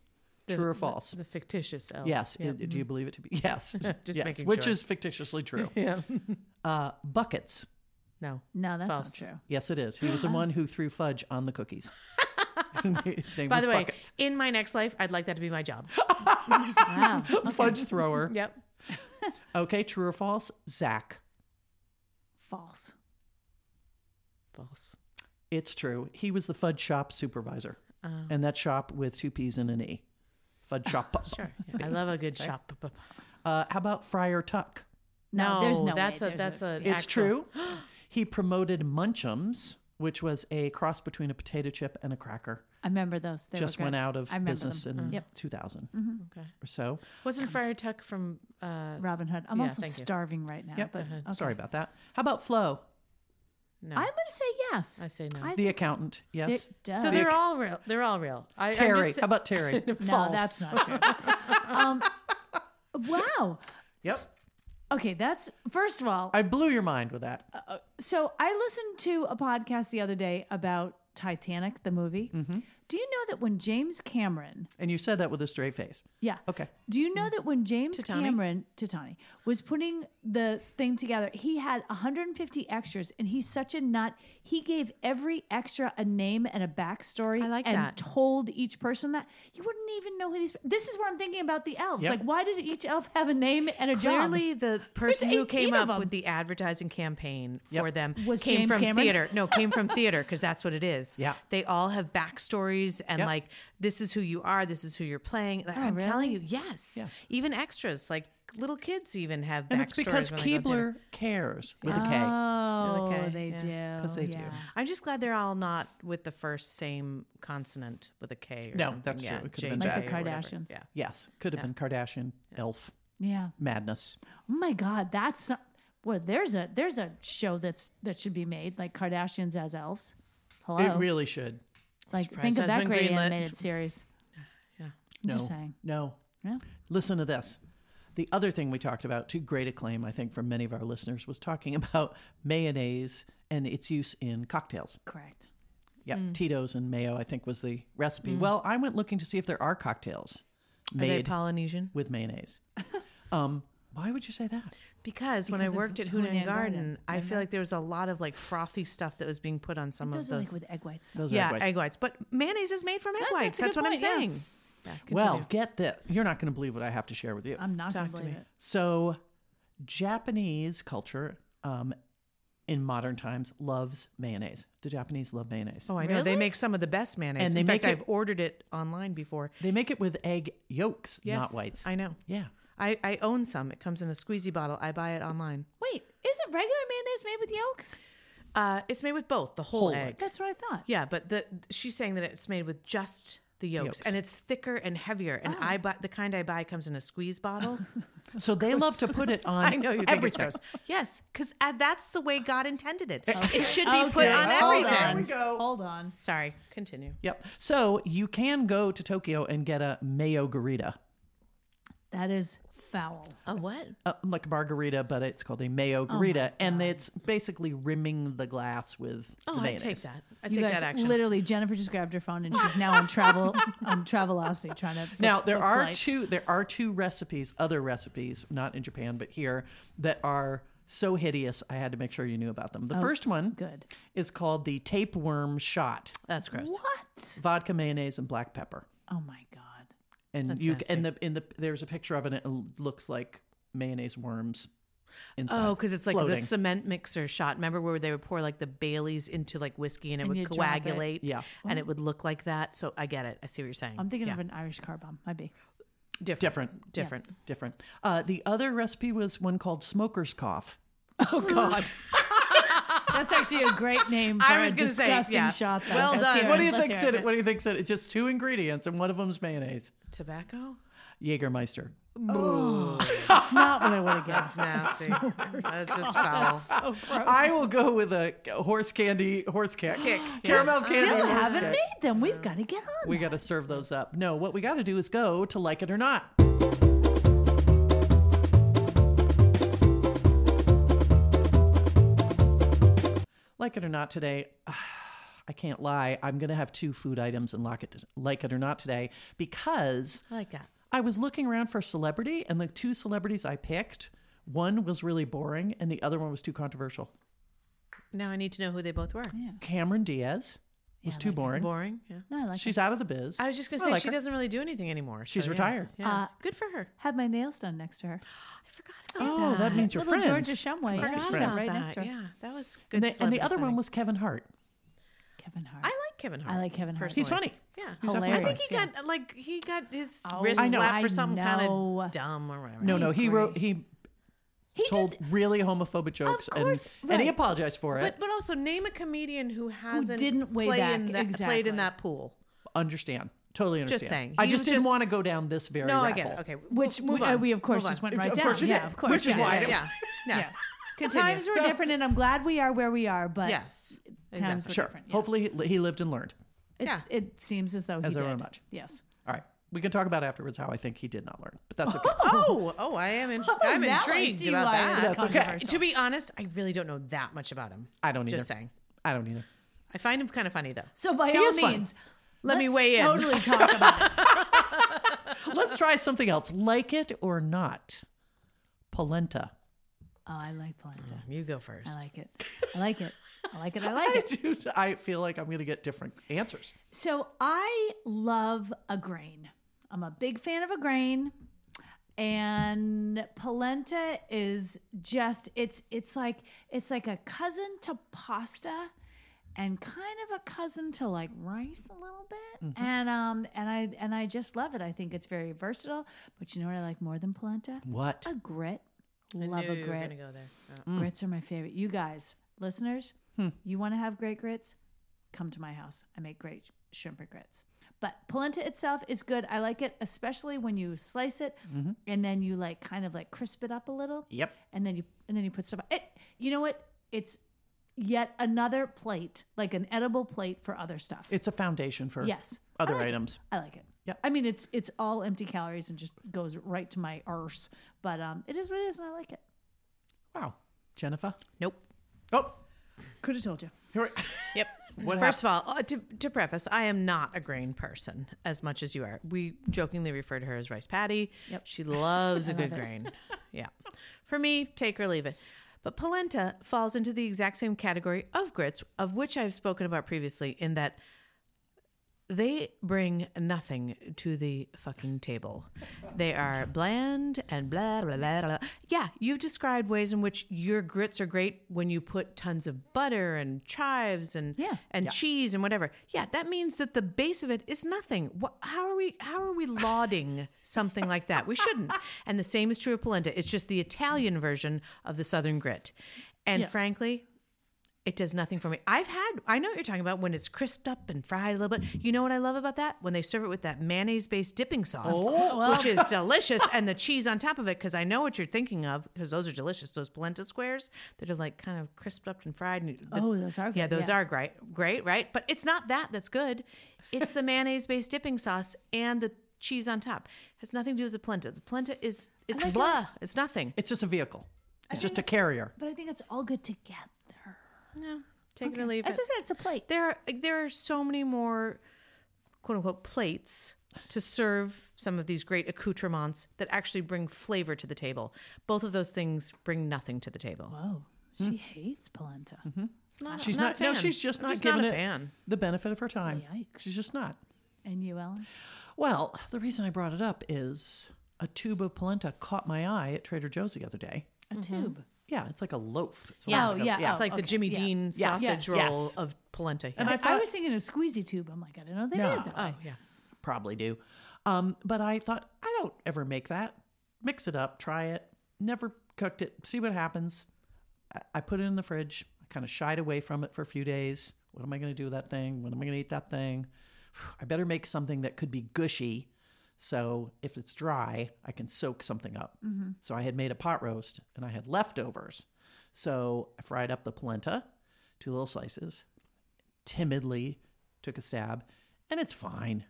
Speaker 1: true or false?
Speaker 2: the fictitious elves.
Speaker 1: Yes.
Speaker 2: Yeah.
Speaker 1: I- Do you believe it to be? Yes.
Speaker 2: Just
Speaker 1: yes.
Speaker 2: making
Speaker 1: Which
Speaker 2: sure.
Speaker 1: is fictitiously true.
Speaker 2: Yeah.
Speaker 1: Uh, buckets.
Speaker 2: No.
Speaker 3: No, that's
Speaker 2: False.
Speaker 3: not true.
Speaker 1: Yes, it is. He was the one who threw fudge on the cookies. His name
Speaker 2: By
Speaker 1: was
Speaker 2: the way,
Speaker 1: Buckets.
Speaker 2: in my next life, I'd like that to be my job.
Speaker 3: Wow.
Speaker 1: Fudge thrower.
Speaker 2: yep.
Speaker 1: Okay, true or false? Zach.
Speaker 3: False.
Speaker 2: False.
Speaker 1: It's true. He was the fudge shop supervisor.
Speaker 2: Oh.
Speaker 1: And that shop with two P's and an E. Fudge shop.
Speaker 2: Sure. Yeah, I love a good shop.
Speaker 1: Uh, how about Friar Tuck?
Speaker 3: No, there's no
Speaker 2: That's
Speaker 3: way.
Speaker 2: a
Speaker 3: There's
Speaker 2: that's a.
Speaker 1: It's
Speaker 2: actual-
Speaker 1: true. he promoted Munchums, which was a cross between a potato chip and a cracker.
Speaker 3: I remember those. They were
Speaker 1: Just went
Speaker 3: good.
Speaker 1: out of
Speaker 3: I remember
Speaker 1: business
Speaker 3: them. Mm.
Speaker 1: in
Speaker 3: Yep. Mm-hmm.
Speaker 1: 2000
Speaker 2: Okay.
Speaker 1: or so.
Speaker 2: Wasn't Friar Tuck from? Uh,
Speaker 3: Robin Hood. I'm
Speaker 2: Yeah,
Speaker 3: also
Speaker 2: thank you.
Speaker 3: starving right now.
Speaker 1: Yep.
Speaker 3: But okay.
Speaker 1: Sorry about that. How about Flo,
Speaker 2: no.
Speaker 3: I'm going to say yes.
Speaker 2: I say no.
Speaker 3: I-
Speaker 1: the accountant? Yes.
Speaker 3: Duh.
Speaker 2: so they're all real. They're all real. I, I'm
Speaker 1: Terry.
Speaker 2: just-
Speaker 1: How about Terry?
Speaker 3: no,
Speaker 2: false.
Speaker 3: that's not true. um, wow.
Speaker 1: yep.
Speaker 3: Okay, that's first of all. uh,
Speaker 1: I blew your mind with that.
Speaker 3: so I listened to a podcast the other day about Titanic, the movie.
Speaker 1: Mm-hmm.
Speaker 3: Do you know that when James Cameron,
Speaker 1: And you said that with a straight face.
Speaker 3: yeah,
Speaker 1: Okay.
Speaker 3: Do you know that when James
Speaker 2: Titani?
Speaker 3: Cameron Titani was putting the thing together, he had 150 extras, and he's such a nut. He gave every extra a name and a backstory.
Speaker 2: I like
Speaker 3: and
Speaker 2: that.
Speaker 3: Told each person that you wouldn't even know who these. This is where I'm thinking about the elves.
Speaker 1: Yep.
Speaker 3: Like, why did each elf have a name and a job?
Speaker 2: Clearly, the person who
Speaker 3: 18
Speaker 2: came
Speaker 3: of
Speaker 2: up with
Speaker 3: them.
Speaker 2: the advertising campaign for
Speaker 1: Yep.
Speaker 2: them
Speaker 3: Was
Speaker 2: came
Speaker 3: James
Speaker 2: from
Speaker 3: Cameron?
Speaker 2: theater. No, came from theater because that's what it is.
Speaker 1: Yeah.
Speaker 2: they all have backstories and
Speaker 1: Yep. Oh,
Speaker 2: like this is who you are, this is who you're playing. Like, I'm telling you, yes,
Speaker 1: Yes.
Speaker 2: even extras like little kids even have.
Speaker 1: And it's
Speaker 2: backstories
Speaker 1: because
Speaker 2: when they go to theater.
Speaker 1: Keebler cares with a K.
Speaker 3: Oh,
Speaker 2: Okay,
Speaker 3: they do.
Speaker 1: Because they do.
Speaker 3: yeah.
Speaker 2: I'm just glad they're all not with the first same consonant with a K. Or
Speaker 1: No,
Speaker 2: something.
Speaker 1: that's true.
Speaker 2: yeah,
Speaker 1: It could've been
Speaker 2: JJ
Speaker 1: Like
Speaker 3: the
Speaker 2: or whatever.
Speaker 3: Kardashians.
Speaker 2: Yeah.
Speaker 1: Yes. Could have been Kardashian, Elf,
Speaker 3: Yeah.
Speaker 1: Madness.
Speaker 3: Oh my God, that's some- well. There's a there's a show that's that should be made like Kardashians as elves. Hello,
Speaker 1: It really should.
Speaker 3: like
Speaker 2: surprised
Speaker 3: think of
Speaker 2: that's
Speaker 3: that
Speaker 2: been
Speaker 3: great
Speaker 2: greenlit.
Speaker 3: animated series. I'm
Speaker 1: No.
Speaker 3: just saying.
Speaker 1: No.
Speaker 3: Yeah.
Speaker 1: Listen to this. The other thing we talked about, to great acclaim, I think, from many of our listeners, was talking about mayonnaise and its use in cocktails.
Speaker 3: Correct.
Speaker 1: Yeah,
Speaker 2: Mm.
Speaker 1: Tito's and mayo, I think, was the recipe. Well, I went looking to see if there are cocktails
Speaker 2: Are they
Speaker 1: made
Speaker 2: Polynesian?
Speaker 1: with mayonnaise. um, why would you say that?
Speaker 2: Because when I worked at
Speaker 3: Hunan
Speaker 2: Hunan Garden,
Speaker 3: Garden,
Speaker 2: I feel like there was a lot of like frothy stuff that was being put on some
Speaker 3: Those
Speaker 2: of
Speaker 3: are
Speaker 2: those.
Speaker 3: like with egg whites. Though.
Speaker 1: Those
Speaker 2: yeah,
Speaker 1: are
Speaker 2: egg
Speaker 1: white-
Speaker 2: whites. But mayonnaise is made from egg
Speaker 3: that's
Speaker 2: whites.
Speaker 3: a
Speaker 2: That's
Speaker 3: good
Speaker 2: what
Speaker 3: point, yeah.
Speaker 2: I'm saying.
Speaker 1: Well, get this. You're not going to believe what I have to share with
Speaker 2: Um,
Speaker 1: you.
Speaker 3: I'm not going
Speaker 2: Talk
Speaker 3: to
Speaker 2: to
Speaker 3: believe
Speaker 2: me.
Speaker 3: it.
Speaker 1: So, Japanese culture um, in modern times loves mayonnaise. The Japanese love mayonnaise.
Speaker 2: Oh, I know. They make some of the best mayonnaise.
Speaker 1: And they
Speaker 2: In fact,
Speaker 1: make it-
Speaker 2: I've ordered it online before.
Speaker 1: They make it with egg yolks,
Speaker 2: Yes,
Speaker 1: not whites.
Speaker 2: I know.
Speaker 1: yeah.
Speaker 2: I, I own some. It comes in a squeezy bottle. I buy it online.
Speaker 3: Wait, isn't regular mayonnaise made with yolks?
Speaker 2: Uh, it's made with both the whole,
Speaker 1: Whole
Speaker 2: egg.
Speaker 1: egg.
Speaker 3: That's what I thought.
Speaker 2: Yeah, but the she's saying that it's made with just the yolks,
Speaker 1: Yolks.
Speaker 2: and it's thicker and heavier.
Speaker 3: Oh.
Speaker 2: And I buy the kind I buy comes in a squeeze bottle.
Speaker 1: So they love to put it on.
Speaker 2: I know you think it's
Speaker 1: everything.
Speaker 2: gross. Yes, because that's the way God intended it. It should be put
Speaker 3: Okay,
Speaker 2: on
Speaker 3: hold
Speaker 2: everything.
Speaker 3: on.
Speaker 1: we go.
Speaker 3: Hold on.
Speaker 2: Sorry, continue.
Speaker 1: Yep. So you can go to Tokyo and get a mayo garita.
Speaker 3: That is foul.
Speaker 2: A what?
Speaker 1: uh, like a margarita, but it's called a
Speaker 2: Oh
Speaker 1: mayo garita, and it's basically rimming the glass with
Speaker 2: Oh,
Speaker 1: the
Speaker 2: I
Speaker 1: mayonnaise.
Speaker 2: take that. I
Speaker 3: You
Speaker 2: take
Speaker 3: guys,
Speaker 2: that action.
Speaker 3: literally, Jennifer just grabbed her phone and she's now on travel on Travelocity trying to. book-
Speaker 1: Now there
Speaker 3: book
Speaker 1: are
Speaker 3: flights.
Speaker 1: two there are two recipes, other recipes, not in Japan but here, that are so hideous. I had to make sure you knew about
Speaker 2: Oh,
Speaker 1: them. The first one
Speaker 3: Good.
Speaker 1: is called the tapeworm shot,
Speaker 2: That's gross.
Speaker 3: What?
Speaker 1: vodka mayonnaise and black pepper,
Speaker 3: Oh my god.
Speaker 1: and
Speaker 2: That's
Speaker 1: you
Speaker 2: nasty.
Speaker 1: and the in the there's a picture of it. and It looks like mayonnaise worms. Inside.
Speaker 2: Oh, because it's like the
Speaker 1: floating.
Speaker 2: cement mixer shot. Remember where they would pour like the Baileys into like whiskey and it
Speaker 3: And you
Speaker 2: would
Speaker 3: drop it.
Speaker 2: coagulate?
Speaker 1: Yeah.
Speaker 2: And it would look like that. So I get it. I see what you're saying.
Speaker 3: I'm thinking
Speaker 2: Yeah.
Speaker 3: of an Irish car bomb. Might be.
Speaker 2: different.
Speaker 1: different.
Speaker 2: Different.
Speaker 1: different. Uh, the other recipe was one called smoker's cough. Oh God!
Speaker 3: That's actually a great name for
Speaker 2: I was
Speaker 3: a
Speaker 2: gonna say,
Speaker 3: disgusting
Speaker 2: yeah.
Speaker 3: shot. Though.
Speaker 2: Well
Speaker 3: Let's
Speaker 2: done.
Speaker 3: hear
Speaker 1: what do
Speaker 3: it.
Speaker 1: you
Speaker 3: Let's
Speaker 1: think,
Speaker 3: hear
Speaker 1: Sid? What do you think, Sid? It's just two ingredients, and one of them's mayonnaise.
Speaker 2: Tobacco?
Speaker 1: Jägermeister.
Speaker 3: That's not what I would have guessed.
Speaker 2: That's nasty. That's just foul.
Speaker 3: So gross.
Speaker 1: I will go with a horse candy, horse kick,
Speaker 2: Kick,
Speaker 1: caramel
Speaker 2: yes.
Speaker 1: candy.
Speaker 3: Still
Speaker 1: horse
Speaker 3: haven't
Speaker 1: kick.
Speaker 3: made them. We've got to get on.
Speaker 1: We got to serve those up. No, what we got to do is go to like it or not. Like it or not today, I can't lie. I'm going to have two food items in like it, like it or not today because
Speaker 2: I like that.
Speaker 1: I was looking around for celebrity, and the two celebrities I picked, one was really boring, and the other one was too controversial.
Speaker 2: Now I need to know who they both were.
Speaker 1: Cameron Diaz was too boring.
Speaker 2: Boring. Yeah.
Speaker 3: No, I like
Speaker 1: She's out of the biz.
Speaker 2: I was just gonna
Speaker 1: I
Speaker 2: say
Speaker 1: like
Speaker 2: she
Speaker 1: her.
Speaker 2: doesn't really do anything anymore.
Speaker 1: She's
Speaker 2: so, yeah.
Speaker 1: retired.
Speaker 2: Yeah.
Speaker 3: Uh,
Speaker 2: Good for her.
Speaker 3: had my nails done next to her.
Speaker 2: I forgot about
Speaker 1: Oh, that means you're
Speaker 3: Little
Speaker 1: friends.
Speaker 3: Georgia Shumway.
Speaker 1: Must
Speaker 2: that.
Speaker 1: be
Speaker 3: Yeah,
Speaker 2: Forgot
Speaker 3: she's
Speaker 1: friends.
Speaker 3: out
Speaker 2: about
Speaker 3: right
Speaker 2: that.
Speaker 3: next to her.
Speaker 2: Yeah, that was
Speaker 1: And
Speaker 2: good.
Speaker 1: the, and the
Speaker 2: celebrity
Speaker 1: other one
Speaker 2: sighting.
Speaker 1: was Kevin Hart.
Speaker 3: Kevin Hart.
Speaker 2: I like Kevin Hart.
Speaker 3: I like Kevin Hart.
Speaker 1: He's
Speaker 2: personally.
Speaker 1: funny.
Speaker 2: Yeah.
Speaker 1: He's definitely
Speaker 3: Hilarious.
Speaker 2: I think he
Speaker 3: Yeah.
Speaker 2: got like he got his
Speaker 3: Oh,
Speaker 2: wrist
Speaker 3: I know.
Speaker 2: slapped
Speaker 3: I
Speaker 2: for something kind
Speaker 3: know.
Speaker 2: of dumb or whatever.
Speaker 1: No, no, he
Speaker 3: agree.
Speaker 1: wrote he,
Speaker 3: He
Speaker 1: told
Speaker 3: did,
Speaker 1: really homophobic jokes,
Speaker 3: course,
Speaker 1: and, and he
Speaker 3: right.
Speaker 1: apologized for it.
Speaker 2: But but also name a comedian who hasn't
Speaker 3: didn't way
Speaker 2: played
Speaker 3: back,
Speaker 2: in that, played
Speaker 3: exactly.
Speaker 2: in that pool.
Speaker 1: understand, totally understand.
Speaker 2: Just saying.
Speaker 1: I
Speaker 2: He
Speaker 1: just
Speaker 2: was
Speaker 1: didn't
Speaker 2: just-
Speaker 1: want to go down this very.
Speaker 2: No, I
Speaker 1: rabbit
Speaker 2: get it.
Speaker 1: hole.
Speaker 2: Okay,
Speaker 3: which
Speaker 2: move
Speaker 3: we, uh,
Speaker 2: on.
Speaker 3: we of course
Speaker 2: Move
Speaker 3: just
Speaker 2: on.
Speaker 3: went right
Speaker 1: Of
Speaker 3: down.
Speaker 1: course you
Speaker 3: yeah,
Speaker 1: did,
Speaker 3: of course.
Speaker 1: which is
Speaker 3: yeah,
Speaker 1: why I
Speaker 3: yeah,
Speaker 1: didn't-
Speaker 2: Yeah, yeah.
Speaker 3: yeah.
Speaker 2: Continue.
Speaker 3: Times were different, and I'm glad we are where we are. But
Speaker 2: yes.
Speaker 3: times
Speaker 2: Exactly.
Speaker 3: were
Speaker 1: Sure.
Speaker 3: different. yes.
Speaker 1: Hopefully, he, he lived and learned.
Speaker 3: it,
Speaker 2: Yeah.
Speaker 3: it seems as though he
Speaker 1: As
Speaker 3: did.
Speaker 1: everyone much.
Speaker 3: Yes.
Speaker 1: All right, we can talk about afterwards how I think he did not learn, but that's okay.
Speaker 2: Oh, oh, I am. In, I'm
Speaker 3: Now I
Speaker 2: intrigued
Speaker 3: see
Speaker 2: about
Speaker 3: why it is
Speaker 2: that.
Speaker 1: That's okay.
Speaker 3: controversial.
Speaker 2: To be honest, I really don't know that much about him.
Speaker 1: I don't either.
Speaker 2: Just saying,
Speaker 1: I don't either.
Speaker 2: I find him kind of funny though.
Speaker 3: So by
Speaker 1: is
Speaker 3: all
Speaker 1: funny.
Speaker 3: means,
Speaker 2: Let me
Speaker 3: let's
Speaker 2: weigh in.
Speaker 3: Totally talk about it.
Speaker 1: Let's try something else, like it or not. Polenta.
Speaker 3: Oh, I like polenta.
Speaker 2: You go first.
Speaker 3: I like it. I like it. I like it. I like
Speaker 1: I
Speaker 3: it.
Speaker 1: do. I feel like I'm going to get different answers.
Speaker 3: So I love a grain. I'm a big fan of a grain. And polenta is just it's it's like it's like a cousin to pasta and kind of a cousin to like rice a little bit.
Speaker 2: Mm-hmm.
Speaker 3: And um and I and I just love it. I think it's very versatile. But you know what I like more than polenta?
Speaker 1: What?
Speaker 3: A grit.
Speaker 2: I
Speaker 3: Love
Speaker 2: knew
Speaker 3: a
Speaker 2: you were
Speaker 3: grit.
Speaker 2: gonna go there. Uh,
Speaker 1: Mm.
Speaker 3: Grits are my favorite. You guys, listeners,
Speaker 1: Hmm.
Speaker 3: you want to have great grits? Come to my house. I make great shrimp and grits. But polenta itself is good. I like it, especially when you slice it
Speaker 1: Mm-hmm.
Speaker 3: and then you like kind of like crisp it up a little,
Speaker 1: Yep.
Speaker 3: and then you and then you put stuff. It, you know what? It's yet another plate, like an edible plate for other stuff.
Speaker 1: It's a foundation for
Speaker 3: yes,
Speaker 1: other items.
Speaker 3: I like it.
Speaker 1: Yep.
Speaker 3: I mean, it's it's all empty calories and just goes right to my arse. But um, it is what it is, and I like it.
Speaker 1: Wow. Jennifer.
Speaker 2: Nope.
Speaker 1: Oh,
Speaker 3: Could have told you.
Speaker 1: here
Speaker 2: Yep.
Speaker 1: What
Speaker 2: First of all, uh, to, to preface, I am not a grain person as much as you are. We jokingly refer to her as Rice Patty.
Speaker 3: Yep.
Speaker 2: She loves a good grain. Yeah. For me, take or leave it. But polenta falls into the exact same category of grits, of which I've spoken about previously, in that they bring nothing to the fucking table. They are bland and blah, blah, blah, blah. Yeah, you've described ways in which your grits are great when you put tons of butter and chives and
Speaker 3: Yeah.
Speaker 2: and cheese and whatever. Yeah, that means that the base of it is nothing. What, how are we how are we lauding something like that? We shouldn't. And the same is true of polenta. It's just the Italian version of the southern grit. And frankly, it does nothing for me. I've had, I know what you're talking about when it's crisped up and fried a little bit. You know what I love about that? When they serve it with that mayonnaise based dipping sauce, which is delicious, and the cheese on top of it, because I know what you're thinking of, because those are delicious. Those polenta squares that are like kind of crisped up and fried. And the-
Speaker 3: Oh, those are
Speaker 2: Yeah,
Speaker 3: good,
Speaker 2: those
Speaker 3: yeah.
Speaker 2: are great, great, right? But it's not that that's good. It's the mayonnaise based dipping sauce and the cheese on top. has nothing to do with the polenta. The polenta is it's
Speaker 3: I like
Speaker 2: blah. It's nothing.
Speaker 1: It's just a vehicle. It's just a
Speaker 3: think
Speaker 1: carrier.
Speaker 3: But I think it's all good together.
Speaker 2: No, take it or leave
Speaker 3: As
Speaker 2: it.
Speaker 3: I said, it's a plate.
Speaker 2: there are there are so many more quote unquote plates to serve some of these great accoutrements that actually bring flavor to the table. Both of those things bring nothing to the table.
Speaker 3: Whoa, she
Speaker 1: Hmm.
Speaker 3: hates polenta.
Speaker 1: Mm-hmm. She's
Speaker 2: not
Speaker 1: not.
Speaker 2: a
Speaker 1: no,
Speaker 2: fan.
Speaker 1: she's just
Speaker 2: I'm
Speaker 1: not
Speaker 2: just not
Speaker 1: giving
Speaker 2: a
Speaker 1: it
Speaker 2: fan.
Speaker 1: the benefit of her time.
Speaker 3: Yikes.
Speaker 1: She's just not.
Speaker 3: And you, Ellen?
Speaker 1: Well, the reason I brought it up is a tube of polenta caught my eye at Trader Joe's the other day.
Speaker 3: A tube.
Speaker 1: Yeah, it's like a loaf. It's
Speaker 3: Yeah.
Speaker 1: almost
Speaker 3: Oh, yeah.
Speaker 2: It's like
Speaker 3: okay,
Speaker 2: the Jimmy
Speaker 3: yeah.
Speaker 2: Dean
Speaker 1: Yes. Yes.
Speaker 2: sausage roll
Speaker 1: Yes.
Speaker 2: of polenta.
Speaker 1: And
Speaker 2: yeah.
Speaker 1: I
Speaker 3: I
Speaker 1: thought
Speaker 3: was thinking a squeezy tube. I'm like, I don't know they
Speaker 1: No.
Speaker 3: did that.
Speaker 2: oh yeah.
Speaker 1: probably do, um, but I thought I don't ever make that. Mix it up, try it. Never cooked it. See what happens. I, I put it in the fridge. I kind of shied away from it for a few days. What am I going to do with that thing? When am I going to eat that thing? I better make something that could be gushy. So if it's dry, I can soak something up. So I had made a pot roast and I had leftovers. So I fried up the polenta, two little slices, timidly took a stab, and it's fine.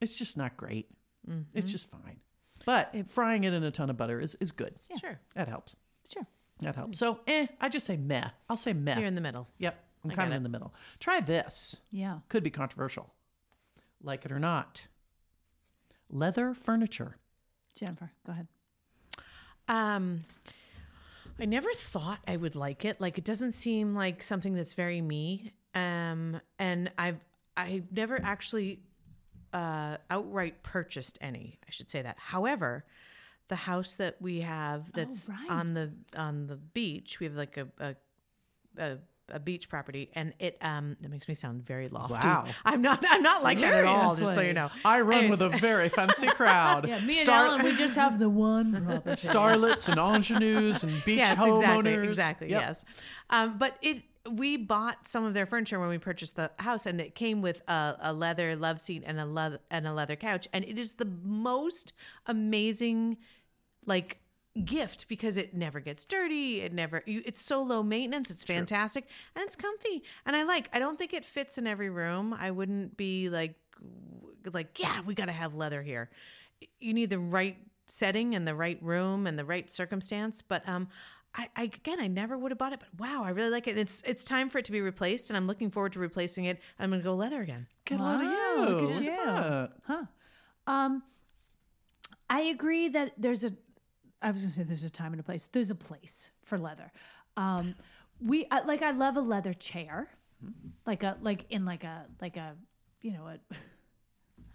Speaker 1: It's just not great.
Speaker 2: Mm-hmm.
Speaker 1: It's just fine. But frying it in a ton of butter is, is good.
Speaker 2: Sure.
Speaker 1: That helps.
Speaker 3: Sure.
Speaker 1: That helps. So, eh, I just say meh. I'll say meh.
Speaker 2: You're in the middle.
Speaker 1: yep. I'm
Speaker 2: I
Speaker 1: kind
Speaker 2: get
Speaker 1: of in
Speaker 2: it.
Speaker 1: the middle. Try this.
Speaker 3: Yeah.
Speaker 1: Could be controversial. Like it or not. Leather furniture.
Speaker 3: Jennifer, go ahead.
Speaker 2: Um, I never thought I would like it. Like it doesn't seem like something that's very me. Um, and I've I've never actually uh, outright purchased any. I should say that. However, the house that we
Speaker 1: Oh,
Speaker 2: have that's
Speaker 3: right.
Speaker 2: on the on the beach, we have like a a, a a beach property, and it um that makes me sound very lofty.
Speaker 1: Wow.
Speaker 2: I'm not I'm not like that at all. Just so
Speaker 3: Seriously.
Speaker 2: you know,
Speaker 1: I run
Speaker 2: Anyways,
Speaker 1: with a very fancy crowd.
Speaker 3: Yeah, me and
Speaker 1: Star-
Speaker 3: Ellen, we just have the one property.
Speaker 1: Starlets and ingenues and beach
Speaker 2: yes, exactly,
Speaker 1: homeowners.
Speaker 2: exactly,
Speaker 1: Yep.
Speaker 2: yes. Um, but it, we bought some of their furniture when we purchased the house, and it came with a, a leather love seat and a leather and a leather couch, and it is the most amazing, like gift because it never gets dirty it never you, it's so low maintenance it's fantastic and it's comfy and i like i don't think it fits in every room i wouldn't be like like yeah we got to have leather here you need the right setting and the right room and the right circumstance but um I, I again i never would have bought it but wow i really like it and it's it's time for it to be replaced and i'm looking forward to replacing it and i'm gonna go leather again
Speaker 1: Get a lot
Speaker 3: Wow,
Speaker 1: of you.
Speaker 3: look at you.
Speaker 1: that.
Speaker 3: Huh. Um, I agree that there's a. I was gonna say there's a time and a place. There's a place for leather. Um, we I, like I love a leather chair, like a like in like a like a you know a.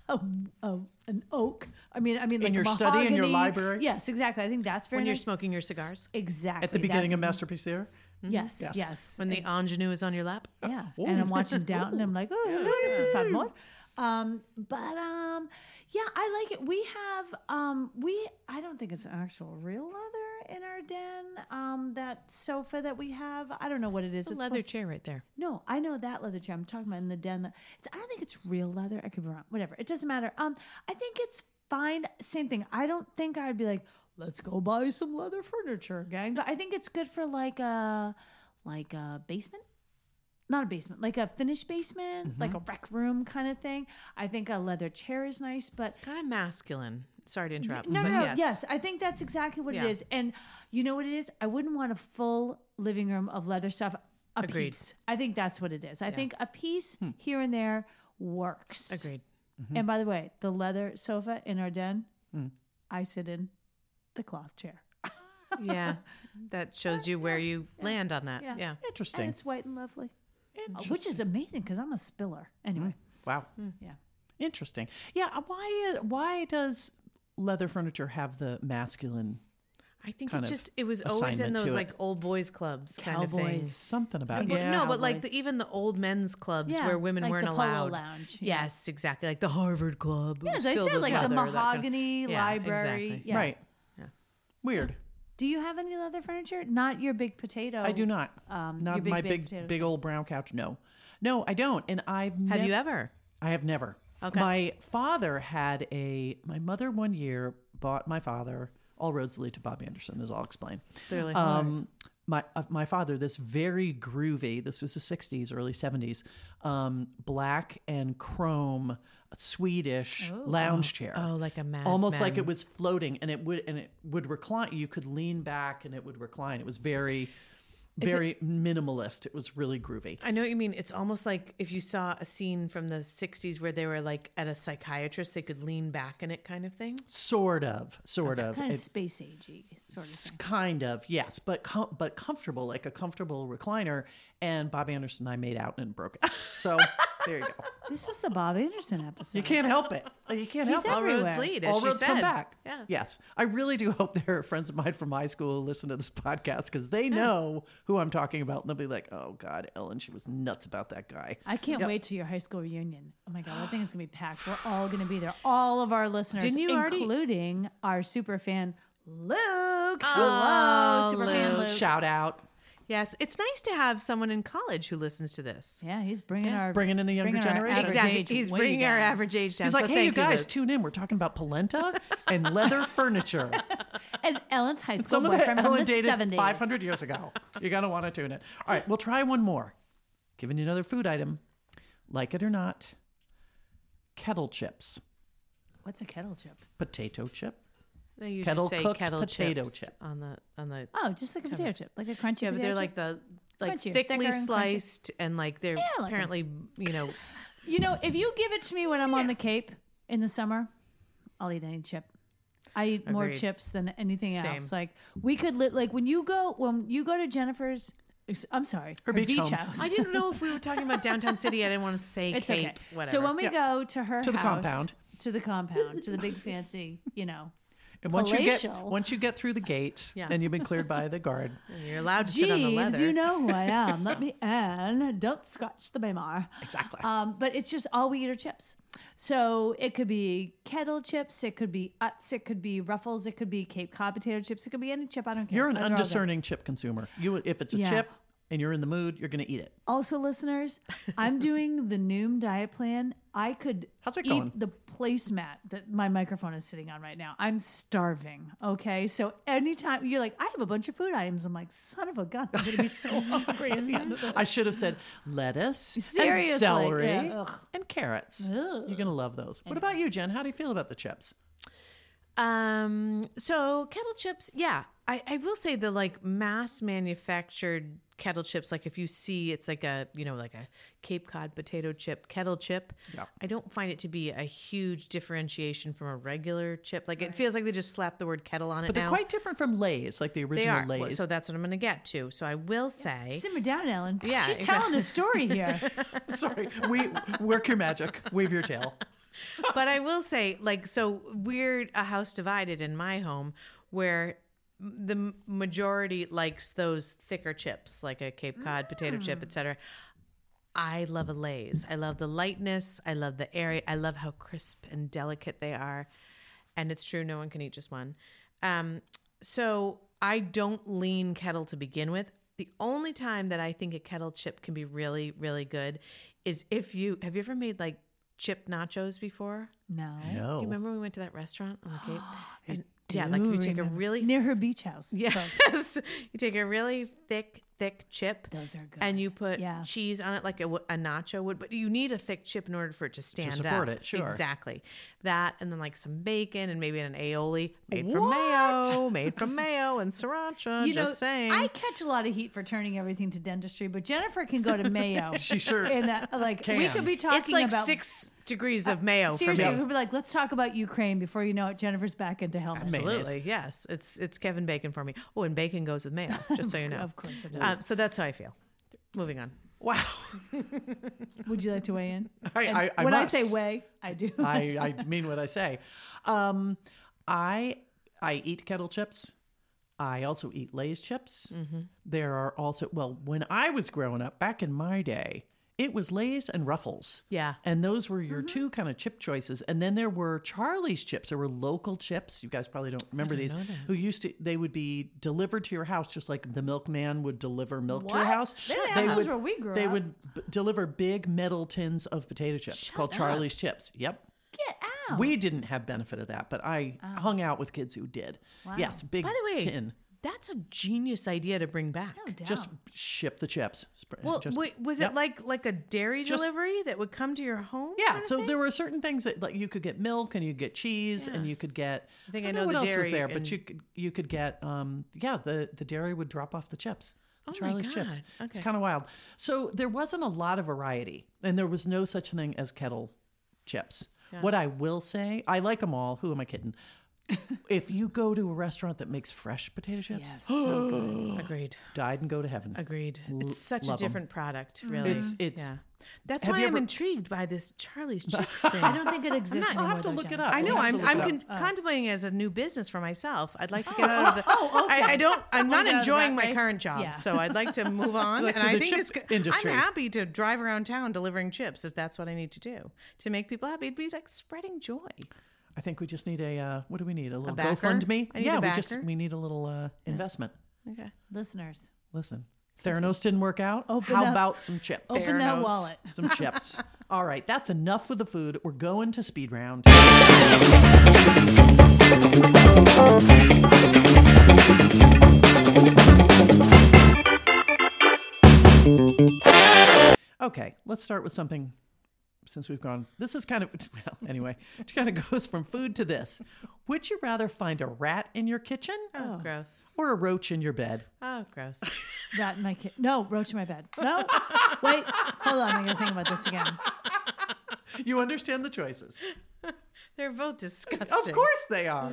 Speaker 3: A, a, an oak. I mean, I mean, like
Speaker 1: your
Speaker 3: a
Speaker 1: study, in your
Speaker 3: mahogany.
Speaker 1: library?
Speaker 3: Yes, exactly. I think that's very
Speaker 2: when you're
Speaker 3: nice.
Speaker 2: smoking your cigars
Speaker 3: exactly
Speaker 1: At the beginning of
Speaker 3: that's-
Speaker 1: Masterpiece Theater.
Speaker 3: Yes,
Speaker 1: Yes.
Speaker 3: yes.
Speaker 2: when the ingenue is on your lap
Speaker 3: Yeah. And I'm watching Downton. I'm like, oh, hello, Mrs. Padmore. Um, but um, yeah, I like it. We have um, we I don't think it's actual real leather in our den. Um, that sofa that we have, I don't know what it is.
Speaker 2: it's a
Speaker 3: It's
Speaker 2: leather
Speaker 3: supposed-
Speaker 2: chair right there
Speaker 3: No, I know that leather chair. I'm talking about in the den. That, it's, I don't think it's real leather. I could be wrong. Whatever. It doesn't matter. Um, I think it's fine. Same thing. I don't think I'd be like, let's go buy some leather furniture, gang. But I think it's good for like a like a basement not a basement, like a finished basement, like a rec room kind of thing. I think a leather chair is nice, but
Speaker 2: kind of masculine sorry to interrupt
Speaker 3: no, no,
Speaker 2: but
Speaker 3: no. Yes. I think that's exactly what
Speaker 2: Mm-hmm. Yeah.
Speaker 3: it is. And you know what it is? I wouldn't want a full living room of leather stuff. A
Speaker 2: Agreed.
Speaker 3: piece. I think that's what it is. I think a piece here and there works.
Speaker 2: agreed
Speaker 3: And by the way, the leather sofa in our den, I sit in the cloth chair.
Speaker 2: yeah that shows you where you land on that yeah,
Speaker 3: And
Speaker 1: Interesting.
Speaker 3: it's white and lovely, which is amazing because I'm a spiller. Anyway,
Speaker 1: Wow.
Speaker 3: yeah.
Speaker 1: Interesting. Yeah. uh, Why? uh, Why does leather furniture have the masculine
Speaker 2: I think
Speaker 1: kind
Speaker 2: it
Speaker 1: of
Speaker 2: just it was always in
Speaker 1: assignment
Speaker 2: those
Speaker 1: to it.
Speaker 2: like old boys clubs kind of thing.
Speaker 3: Cowboys.
Speaker 1: something about it?
Speaker 2: Well,
Speaker 1: Yeah.
Speaker 2: No, but like
Speaker 3: Cowboys.
Speaker 2: the, even the old men's clubs
Speaker 3: Yeah,
Speaker 2: where women
Speaker 3: like
Speaker 2: weren't
Speaker 3: the polo
Speaker 2: allowed.
Speaker 3: lounge, yeah.
Speaker 2: Yes, exactly. Like the Harvard Club. It
Speaker 3: Yeah,
Speaker 2: was
Speaker 3: as I
Speaker 2: filled
Speaker 3: said,
Speaker 2: with
Speaker 3: like the
Speaker 2: leather, that kind of-
Speaker 3: mahogany
Speaker 2: Yeah,
Speaker 3: library.
Speaker 2: exactly.
Speaker 3: Yeah.
Speaker 1: Right. Weird.
Speaker 3: Do you have any leather furniture? Not your big potato.
Speaker 1: I do not.
Speaker 2: Oh, uh,
Speaker 3: um,
Speaker 1: not
Speaker 3: your big
Speaker 1: my
Speaker 3: baked
Speaker 1: big,
Speaker 3: potatoes.
Speaker 1: big old brown couch. No, no, I don't. And I've
Speaker 2: Have
Speaker 1: nev-
Speaker 2: you ever?
Speaker 1: I have never.
Speaker 2: Okay.
Speaker 1: My father had a. My mother one year bought my father. All roads lead to Bob Anderson, as I'll explain.
Speaker 2: Clearly.
Speaker 1: Um, my uh, my father this very groovy this was the 60s early 70s um, black and chrome uh, swedish lounge chair
Speaker 2: Oh, like a Mad
Speaker 1: almost like
Speaker 2: Men.
Speaker 1: it was floating and it would and it would recline you could lean back and it would recline it was very very minimalist it was really groovy
Speaker 2: I know what you mean. It's almost like if you saw a scene from the 60s where they were like at a psychiatrist, they could lean back in it kind of thing.
Speaker 1: sort of sort of
Speaker 3: kind of
Speaker 1: It-
Speaker 3: space agey sort of
Speaker 1: S-
Speaker 3: thing.
Speaker 1: Kind of, yes, but com- but comfortable, like a comfortable recliner. And Bob Anderson and I made out and broke it. So there you go.
Speaker 3: This is the Bob Anderson episode.
Speaker 1: You can't help it. You can't help
Speaker 3: out
Speaker 1: it.
Speaker 2: All roads
Speaker 3: Everywhere.
Speaker 2: lead, as
Speaker 1: All
Speaker 2: she
Speaker 1: roads
Speaker 2: said.
Speaker 1: come back.
Speaker 2: Yeah.
Speaker 1: Yes, I really do hope there are friends of mine from high school who listen to this podcast because they know who I'm talking about, and they'll be like, "Oh God, Ellen, she was nuts about that guy."
Speaker 3: I can't
Speaker 1: Yep.
Speaker 3: wait till your high school reunion. Oh my god, that thing is gonna be packed. We're all gonna be there. All of our listeners,
Speaker 2: Didn't you already-
Speaker 3: including our super fan Luke.
Speaker 2: Oh,
Speaker 3: Hello, super fan Luke.
Speaker 1: Shout out,
Speaker 2: Yes, it's nice to have someone in college who listens to this.
Speaker 3: Yeah, he's bringing our
Speaker 1: Bringing in the younger
Speaker 3: bringing our
Speaker 1: generation.
Speaker 3: average
Speaker 2: Exactly.
Speaker 3: age
Speaker 2: He's
Speaker 3: way
Speaker 2: bringing our
Speaker 3: down.
Speaker 2: average age down.
Speaker 1: he's
Speaker 2: so
Speaker 1: like, "Hey, you
Speaker 2: thank
Speaker 1: guys,
Speaker 2: Luke.
Speaker 1: tune in. We're talking about polenta and leather furniture."
Speaker 3: And Ellen's high school
Speaker 1: Some of that
Speaker 3: boyfriend
Speaker 1: Ellen
Speaker 3: from the
Speaker 1: dated
Speaker 3: 70s.
Speaker 1: 500 years ago. You're going to want to tune it. All right, we'll try one more. Giving you another food item. Like it or not, kettle chips,
Speaker 3: What's a kettle chip?
Speaker 1: potato chip.
Speaker 2: They usually
Speaker 1: Kettle
Speaker 2: say
Speaker 1: cooked
Speaker 2: kettle
Speaker 1: potato
Speaker 2: chips
Speaker 1: chip.
Speaker 2: on the on the
Speaker 3: Oh, just like a potato chip, like a crunchy.
Speaker 2: yeah, but they're
Speaker 3: potato
Speaker 2: like
Speaker 3: chip.
Speaker 2: the like
Speaker 3: Crunchy, thicker
Speaker 2: thickly
Speaker 3: and crunchy.
Speaker 2: sliced and like they're
Speaker 3: like 'em.
Speaker 2: apparently you know
Speaker 3: You know, if you give it to me when I'm on the Cape in the summer, I'll eat any chip. I eat more
Speaker 2: Agreed.
Speaker 3: chips than anything
Speaker 2: Same.
Speaker 3: else. Like we could li- like when you go when you go to Jennifer's. ex- I'm sorry, her,
Speaker 1: beach home.
Speaker 3: house.
Speaker 2: I didn't know if we were talking about downtown city. I didn't want to say
Speaker 3: it's
Speaker 2: Cape.
Speaker 3: okay.
Speaker 2: Whatever.
Speaker 3: So when we go to her
Speaker 1: To the
Speaker 3: house-
Speaker 1: compound.
Speaker 3: to the compound, to the big fancy, you know,
Speaker 1: And once you get
Speaker 3: Palatial.
Speaker 1: once you get through the gate,
Speaker 2: Yeah.
Speaker 1: then you've been cleared by the guard.
Speaker 2: you're allowed to sit on the
Speaker 3: Jeeves,
Speaker 2: leather.
Speaker 3: you know who I am. Let me in. Don't scratch the memoir.
Speaker 1: Exactly.
Speaker 3: Um, but it's just all we eat are chips. So it could be kettle chips, it could be Utz, it could be Ruffles, it could be Cape Cod potato chips, it could be any chip. I don't care.
Speaker 1: You're an
Speaker 3: They're all good.
Speaker 1: undiscerning chip consumer. You, if it's a
Speaker 3: Yeah.
Speaker 1: chip and you're in the mood, you're going to eat it.
Speaker 3: Also, listeners, I'm doing the Noom diet plan. I could
Speaker 1: How's it
Speaker 3: eat
Speaker 1: going?
Speaker 3: the placemat that my microphone is sitting on right now. I'm starving. Okay, so anytime you're like, I have a bunch of food items. I'm like, son of a gun, I'm gonna be so hungry at the end of this.
Speaker 1: I should have said lettuce,
Speaker 3: Seriously,
Speaker 1: and celery,
Speaker 3: yeah, ugh.
Speaker 1: and carrots.
Speaker 3: Ugh.
Speaker 1: You're going to love those. What about you, Jen? How do you feel about the chips?
Speaker 2: Um, so kettle chips, yeah. I, I will say the like mass manufactured kettle chips, like if you see it's like a you know, like a Cape Cod potato chip, kettle chip.
Speaker 1: Yeah.
Speaker 2: I don't find it to be a huge differentiation from a regular chip. Like it feels like they just slapped the word kettle on it
Speaker 1: But they're
Speaker 2: now.
Speaker 1: quite different from Lay's, like the
Speaker 2: they
Speaker 1: original
Speaker 2: are. Well,
Speaker 1: Lay's.
Speaker 2: So that's what I'm gonna get to. So I will say
Speaker 3: Simmer down, Ellen.
Speaker 2: Yeah,
Speaker 3: she's telling a story here.
Speaker 1: Sorry, we work your magic, wave your tail.
Speaker 2: but I will say, like, so we're a house divided in my home where the m- majority likes those thicker chips, like a Cape Cod potato chip, etc. I love a Lay's. I love the lightness. I love the area. I love how crisp and delicate they are. And it's true, no one can eat just one. Um, so I don't lean kettle to begin with. The only time that I think a kettle chip can be really, really good is if you have you ever made like chip nachos before?
Speaker 3: No,
Speaker 1: No,
Speaker 2: You remember we went to that restaurant on the Cape? And, yeah, like you take a really
Speaker 3: near her beach house.
Speaker 2: yes, you take a really thick, thick chip.
Speaker 3: Those are good.
Speaker 2: And you put
Speaker 3: Yeah.
Speaker 2: cheese on it like a, w- a nacho would, but you need a thick chip in order for it to stand
Speaker 1: support
Speaker 2: up.
Speaker 1: it, sure.
Speaker 2: exactly. That and then like some bacon and maybe an aioli made from mayo, made from mayo and sriracha.
Speaker 3: You
Speaker 2: just
Speaker 3: know,
Speaker 2: saying.
Speaker 3: I catch a lot of heat for turning everything to dentistry, but Jennifer can go to Mayo.
Speaker 1: she sure.
Speaker 3: and uh, like we
Speaker 1: Can.
Speaker 3: could be talking
Speaker 2: it's like
Speaker 3: about Uh,
Speaker 2: six degrees of mayo. for
Speaker 3: seriously.
Speaker 2: me.
Speaker 3: We could be like, let's talk about Ukraine before you know it. Jennifer's back into helmets.
Speaker 1: Amazing. Mayonnaise.
Speaker 2: Absolutely, yes. It's it's Kevin Bacon for me. Oh, and bacon goes with mayo, just so you know.
Speaker 3: Of course it does.
Speaker 2: Um, so that's how I feel. Moving on.
Speaker 1: wow.
Speaker 3: Would you like to weigh in?
Speaker 1: I, I, I
Speaker 3: when
Speaker 1: must.
Speaker 3: I say weigh, I do.
Speaker 1: I, I mean what I say. Um, I I eat kettle chips. I also eat Lay's chips. There are also well, when I was growing up, back in my day, it was Lay's and Ruffles.
Speaker 2: Yeah.
Speaker 1: and those were your two kind of chip choices. And then there were Charlie's chips. There were local chips. You guys probably don't remember these. Who used to? They would be delivered to your house, just like the milkman would deliver milk to your
Speaker 3: What?
Speaker 1: house.
Speaker 3: They didn't have those where we grew
Speaker 1: They
Speaker 3: up.
Speaker 1: would b- deliver big metal tins of potato chips called Charlie's chips. Yep.
Speaker 3: Get out.
Speaker 1: We didn't have benefit of that, but I hung out with kids who did. Yes, big
Speaker 2: By the way,
Speaker 1: tin.
Speaker 2: That's a genius idea to bring back.
Speaker 3: No doubt.
Speaker 1: Just ship the chips. Sp-
Speaker 2: Well,
Speaker 1: just-
Speaker 2: wait, was
Speaker 1: Yep.
Speaker 2: it like like a dairy
Speaker 1: Just-
Speaker 2: delivery that would come to your home?
Speaker 1: Yeah,
Speaker 2: kind of
Speaker 1: so
Speaker 2: thing?
Speaker 1: there were certain things that like you could get milk and you could get cheese and you could get. I
Speaker 2: think I
Speaker 1: don't
Speaker 2: know
Speaker 1: what
Speaker 2: the
Speaker 1: else was
Speaker 2: dairy
Speaker 1: there, but
Speaker 2: and-
Speaker 1: you could you could get um yeah the the dairy would drop off the chips. the
Speaker 2: Oh my
Speaker 1: Charlie's chips.
Speaker 2: God.
Speaker 1: It's
Speaker 2: Okay.
Speaker 1: kind of wild. So there wasn't a lot of variety, and there was no such thing as kettle chips. What I will say, I like them all. Who am I kidding? if you go to a restaurant that makes fresh potato chips,
Speaker 3: Yes. so good.
Speaker 2: agreed,
Speaker 1: died and go to heaven.
Speaker 2: agreed.
Speaker 1: L-
Speaker 2: It's such a
Speaker 1: love 'em. Mm-hmm.
Speaker 2: different product, really.
Speaker 1: It's- it's-
Speaker 2: yeah. That's
Speaker 1: Have
Speaker 2: why
Speaker 1: you
Speaker 2: I'm
Speaker 1: ever-
Speaker 2: intrigued by this Charlie's Chips
Speaker 3: I
Speaker 2: thing.
Speaker 3: don't think it exists.
Speaker 1: I'll have
Speaker 3: anymore,
Speaker 1: to
Speaker 3: though,
Speaker 1: look it
Speaker 3: Jen.
Speaker 1: up.
Speaker 2: I know
Speaker 1: We'll have to
Speaker 2: I'm,
Speaker 1: look
Speaker 2: I'm
Speaker 1: it up. Uh.
Speaker 2: con- contemplating it as a new business for myself. I'd like to get out of the.
Speaker 1: Oh,
Speaker 2: I, I don't. I'm not
Speaker 3: Wanna get out of the
Speaker 2: enjoying
Speaker 3: rat
Speaker 2: my
Speaker 3: race?
Speaker 2: current job,
Speaker 3: Yeah.
Speaker 2: so I'd like to move on.
Speaker 1: Like
Speaker 2: and
Speaker 1: to
Speaker 2: I
Speaker 1: the
Speaker 2: think
Speaker 1: chip
Speaker 2: this. could-
Speaker 1: industry.
Speaker 2: I'm happy to drive around town delivering chips if that's what I need to do to make people happy. It'd be like spreading joy.
Speaker 1: I think we just need a uh, what do we need? A little
Speaker 2: backer?
Speaker 1: GoFundMe?
Speaker 2: I need a
Speaker 1: yeah, we just
Speaker 2: backer.
Speaker 1: we need a little uh, investment.
Speaker 2: Okay.
Speaker 3: Listeners,
Speaker 1: Listen, Theranos didn't work out.
Speaker 3: Open
Speaker 1: How
Speaker 3: up-
Speaker 1: about some chips?
Speaker 3: open that
Speaker 2: Theranos.
Speaker 3: wallet.
Speaker 1: Some chips. All right, that's enough with the food. We're going to speed round. Okay, let's start with something since we've gone. This is kind of, well, anyway, it kind of goes from food to this. Would you rather find a rat in your kitchen
Speaker 2: Oh, gross.
Speaker 1: or a roach in your bed?
Speaker 2: Oh, gross.
Speaker 3: Rat in my kid. No, roach in my bed. No. Wait. Hold on. I'm gonna think about this again.
Speaker 1: You understand the choices.
Speaker 2: They're both disgusting.
Speaker 1: Of course they are.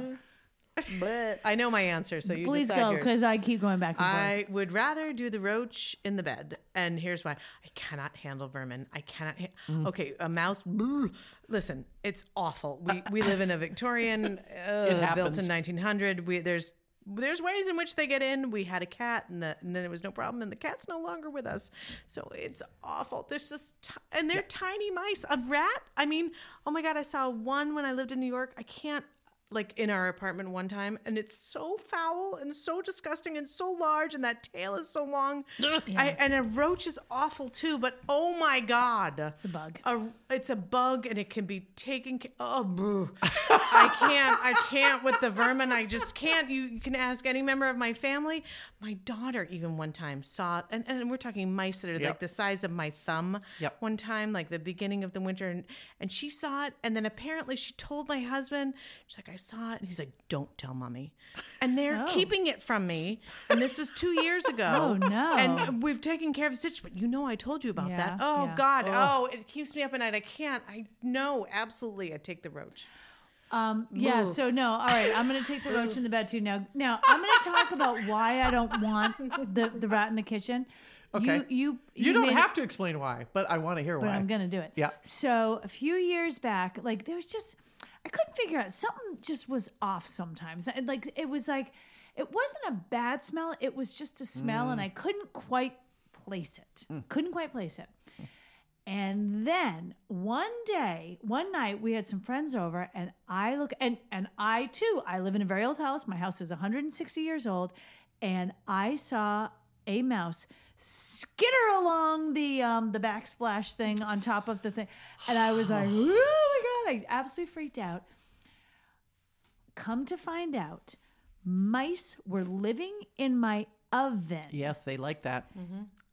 Speaker 2: But I know my answer, so you
Speaker 3: Please
Speaker 2: decide
Speaker 3: go,
Speaker 2: yours.
Speaker 3: because I keep going back and forth.
Speaker 2: I would rather do the roach in the bed, and here's why: I cannot handle vermin. I cannot. Ha-
Speaker 3: Mm.
Speaker 2: Okay, a mouse. bleh. Listen, it's awful. We we live in a Victorian uh, built
Speaker 1: happens.
Speaker 2: in 1900. We there's. There's ways in which they get in. We had a cat, and, the, and then it was no problem. And the cat's no longer with us, so it's awful. There's just t- and they're tiny mice. A rat. I mean, oh my god, I saw one when I lived in New York. I can't like in our apartment one time and it's so foul and so disgusting and so large and that tail is so long I, and a roach is awful too but oh my god it's
Speaker 3: a bug.
Speaker 2: it's a bug and it can be taken ca- oh boo. i can't i can't with the vermin i just can't you, you can ask any member of my family my daughter even one time saw and, and we're talking mice that are
Speaker 1: Yep.
Speaker 2: like the size of my thumb
Speaker 1: Yep.
Speaker 2: one time, like the beginning of the winter, and, and she saw it. And then apparently she told my husband, she's like, I saw it. And he's like, Don't tell mommy. And they're
Speaker 3: Oh.
Speaker 2: keeping it from me. And this was two years ago.
Speaker 3: Oh, no.
Speaker 2: And we've taken care of the situation, but you know, I told you about
Speaker 3: Yeah,
Speaker 2: that. Oh,
Speaker 3: yeah.
Speaker 2: God. Oh. it keeps me up at night. I can't. I know, absolutely. I take the roach.
Speaker 3: Um, yeah. So no. All right. I'm gonna take the roach in the bed too. Now, now I'm gonna talk about why I don't want the the rat in the kitchen.
Speaker 1: Okay.
Speaker 3: You you
Speaker 1: You, don't
Speaker 3: made-
Speaker 1: have to explain why, but I want to hear
Speaker 3: but
Speaker 1: why.
Speaker 3: I'm gonna do it.
Speaker 1: Yeah.
Speaker 3: So a few years back, like there was just I couldn't figure out something just was off sometimes. And, Like it was like it wasn't a bad smell, it was just a smell
Speaker 1: Mm.
Speaker 3: and I couldn't quite place it. Couldn't quite place it. And then one day, one night, we had some friends over, and I look and and I too, I live in a very old house. My house is 160 years old, and I saw a mouse skitter along the um, the backsplash thing on top of the thing, and I was like, oh my god! I absolutely freaked out. Come to find out, mice were living in my oven.
Speaker 1: yes, they like that.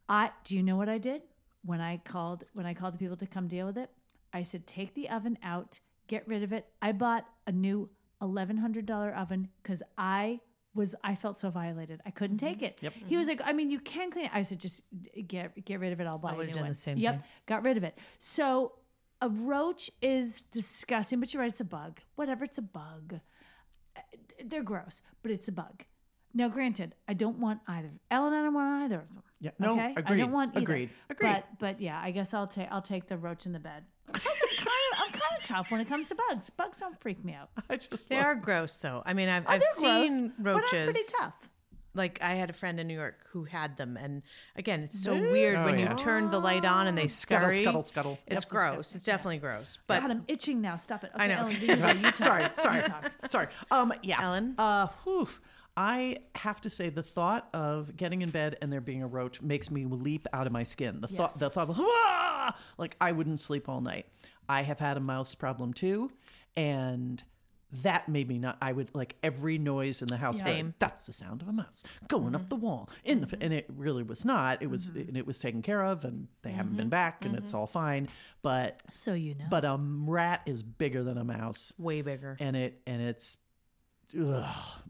Speaker 3: I do you know what I did when I called when I called the people to come deal with it? I said take the oven out, get rid of it. I bought a new eleven hundred dollar oven because I was I felt so violated. I couldn't
Speaker 2: Mm-hmm.
Speaker 3: take it. Yep. He was like, I mean, you can clean it. I said, just d- get get rid of it. I'll buy I a new
Speaker 2: would've done
Speaker 3: one.
Speaker 2: the same
Speaker 3: Yep.
Speaker 2: thing.
Speaker 3: Got rid of it. So a roach is disgusting, but you're right, it's a bug. Whatever, it's a bug they're gross, but it's a bug. Now, granted, I don't want either. Ellen, I don't want either of them.
Speaker 1: Yeah, no,
Speaker 3: I
Speaker 1: agreed,
Speaker 3: don't want either.
Speaker 1: agreed, agreed.
Speaker 3: But but yeah, I guess I'll take I'll take the roach in the bed. Plus, I'm kind of I'm kind of tough when it comes to bugs. Bugs don't freak me out.
Speaker 1: I just
Speaker 2: They
Speaker 1: love
Speaker 2: are gross, though. I mean, I've, I've
Speaker 3: They're
Speaker 2: seen
Speaker 3: gross,
Speaker 2: roaches.
Speaker 3: but I'm pretty tough.
Speaker 2: like I had a friend in New York who had them, and again, it's so weird when
Speaker 1: Oh, yeah.
Speaker 2: you turn the light on and they
Speaker 1: Scuttle,
Speaker 2: scurry.
Speaker 1: scuttle, scuttle.
Speaker 2: It's
Speaker 1: Yep.
Speaker 2: gross. It's definitely gross. But
Speaker 3: God, I'm itching now. Stop it. Okay,
Speaker 2: know.
Speaker 3: Ellen, do you, go. you talk.
Speaker 1: sorry, sorry,
Speaker 3: You talk.
Speaker 1: sorry. Um, yeah,
Speaker 2: Ellen?
Speaker 1: Uh, whew. I have to say, the thought of getting in bed and there being a roach makes me leap out of my skin. The thought, the thought of "Hurrah!" like I wouldn't sleep all night. I have had a mouse problem too, and that made me not. I would like every noise in the house. go,
Speaker 2: Same.
Speaker 1: That's the sound of a mouse going up the wall in the, f-" and it really was not. It was, and it was taken care of, and they haven't been back, and it's all fine. But
Speaker 3: So you know.
Speaker 1: but a rat is bigger than a mouse,
Speaker 2: Way bigger.
Speaker 1: and it and it's. Ugh,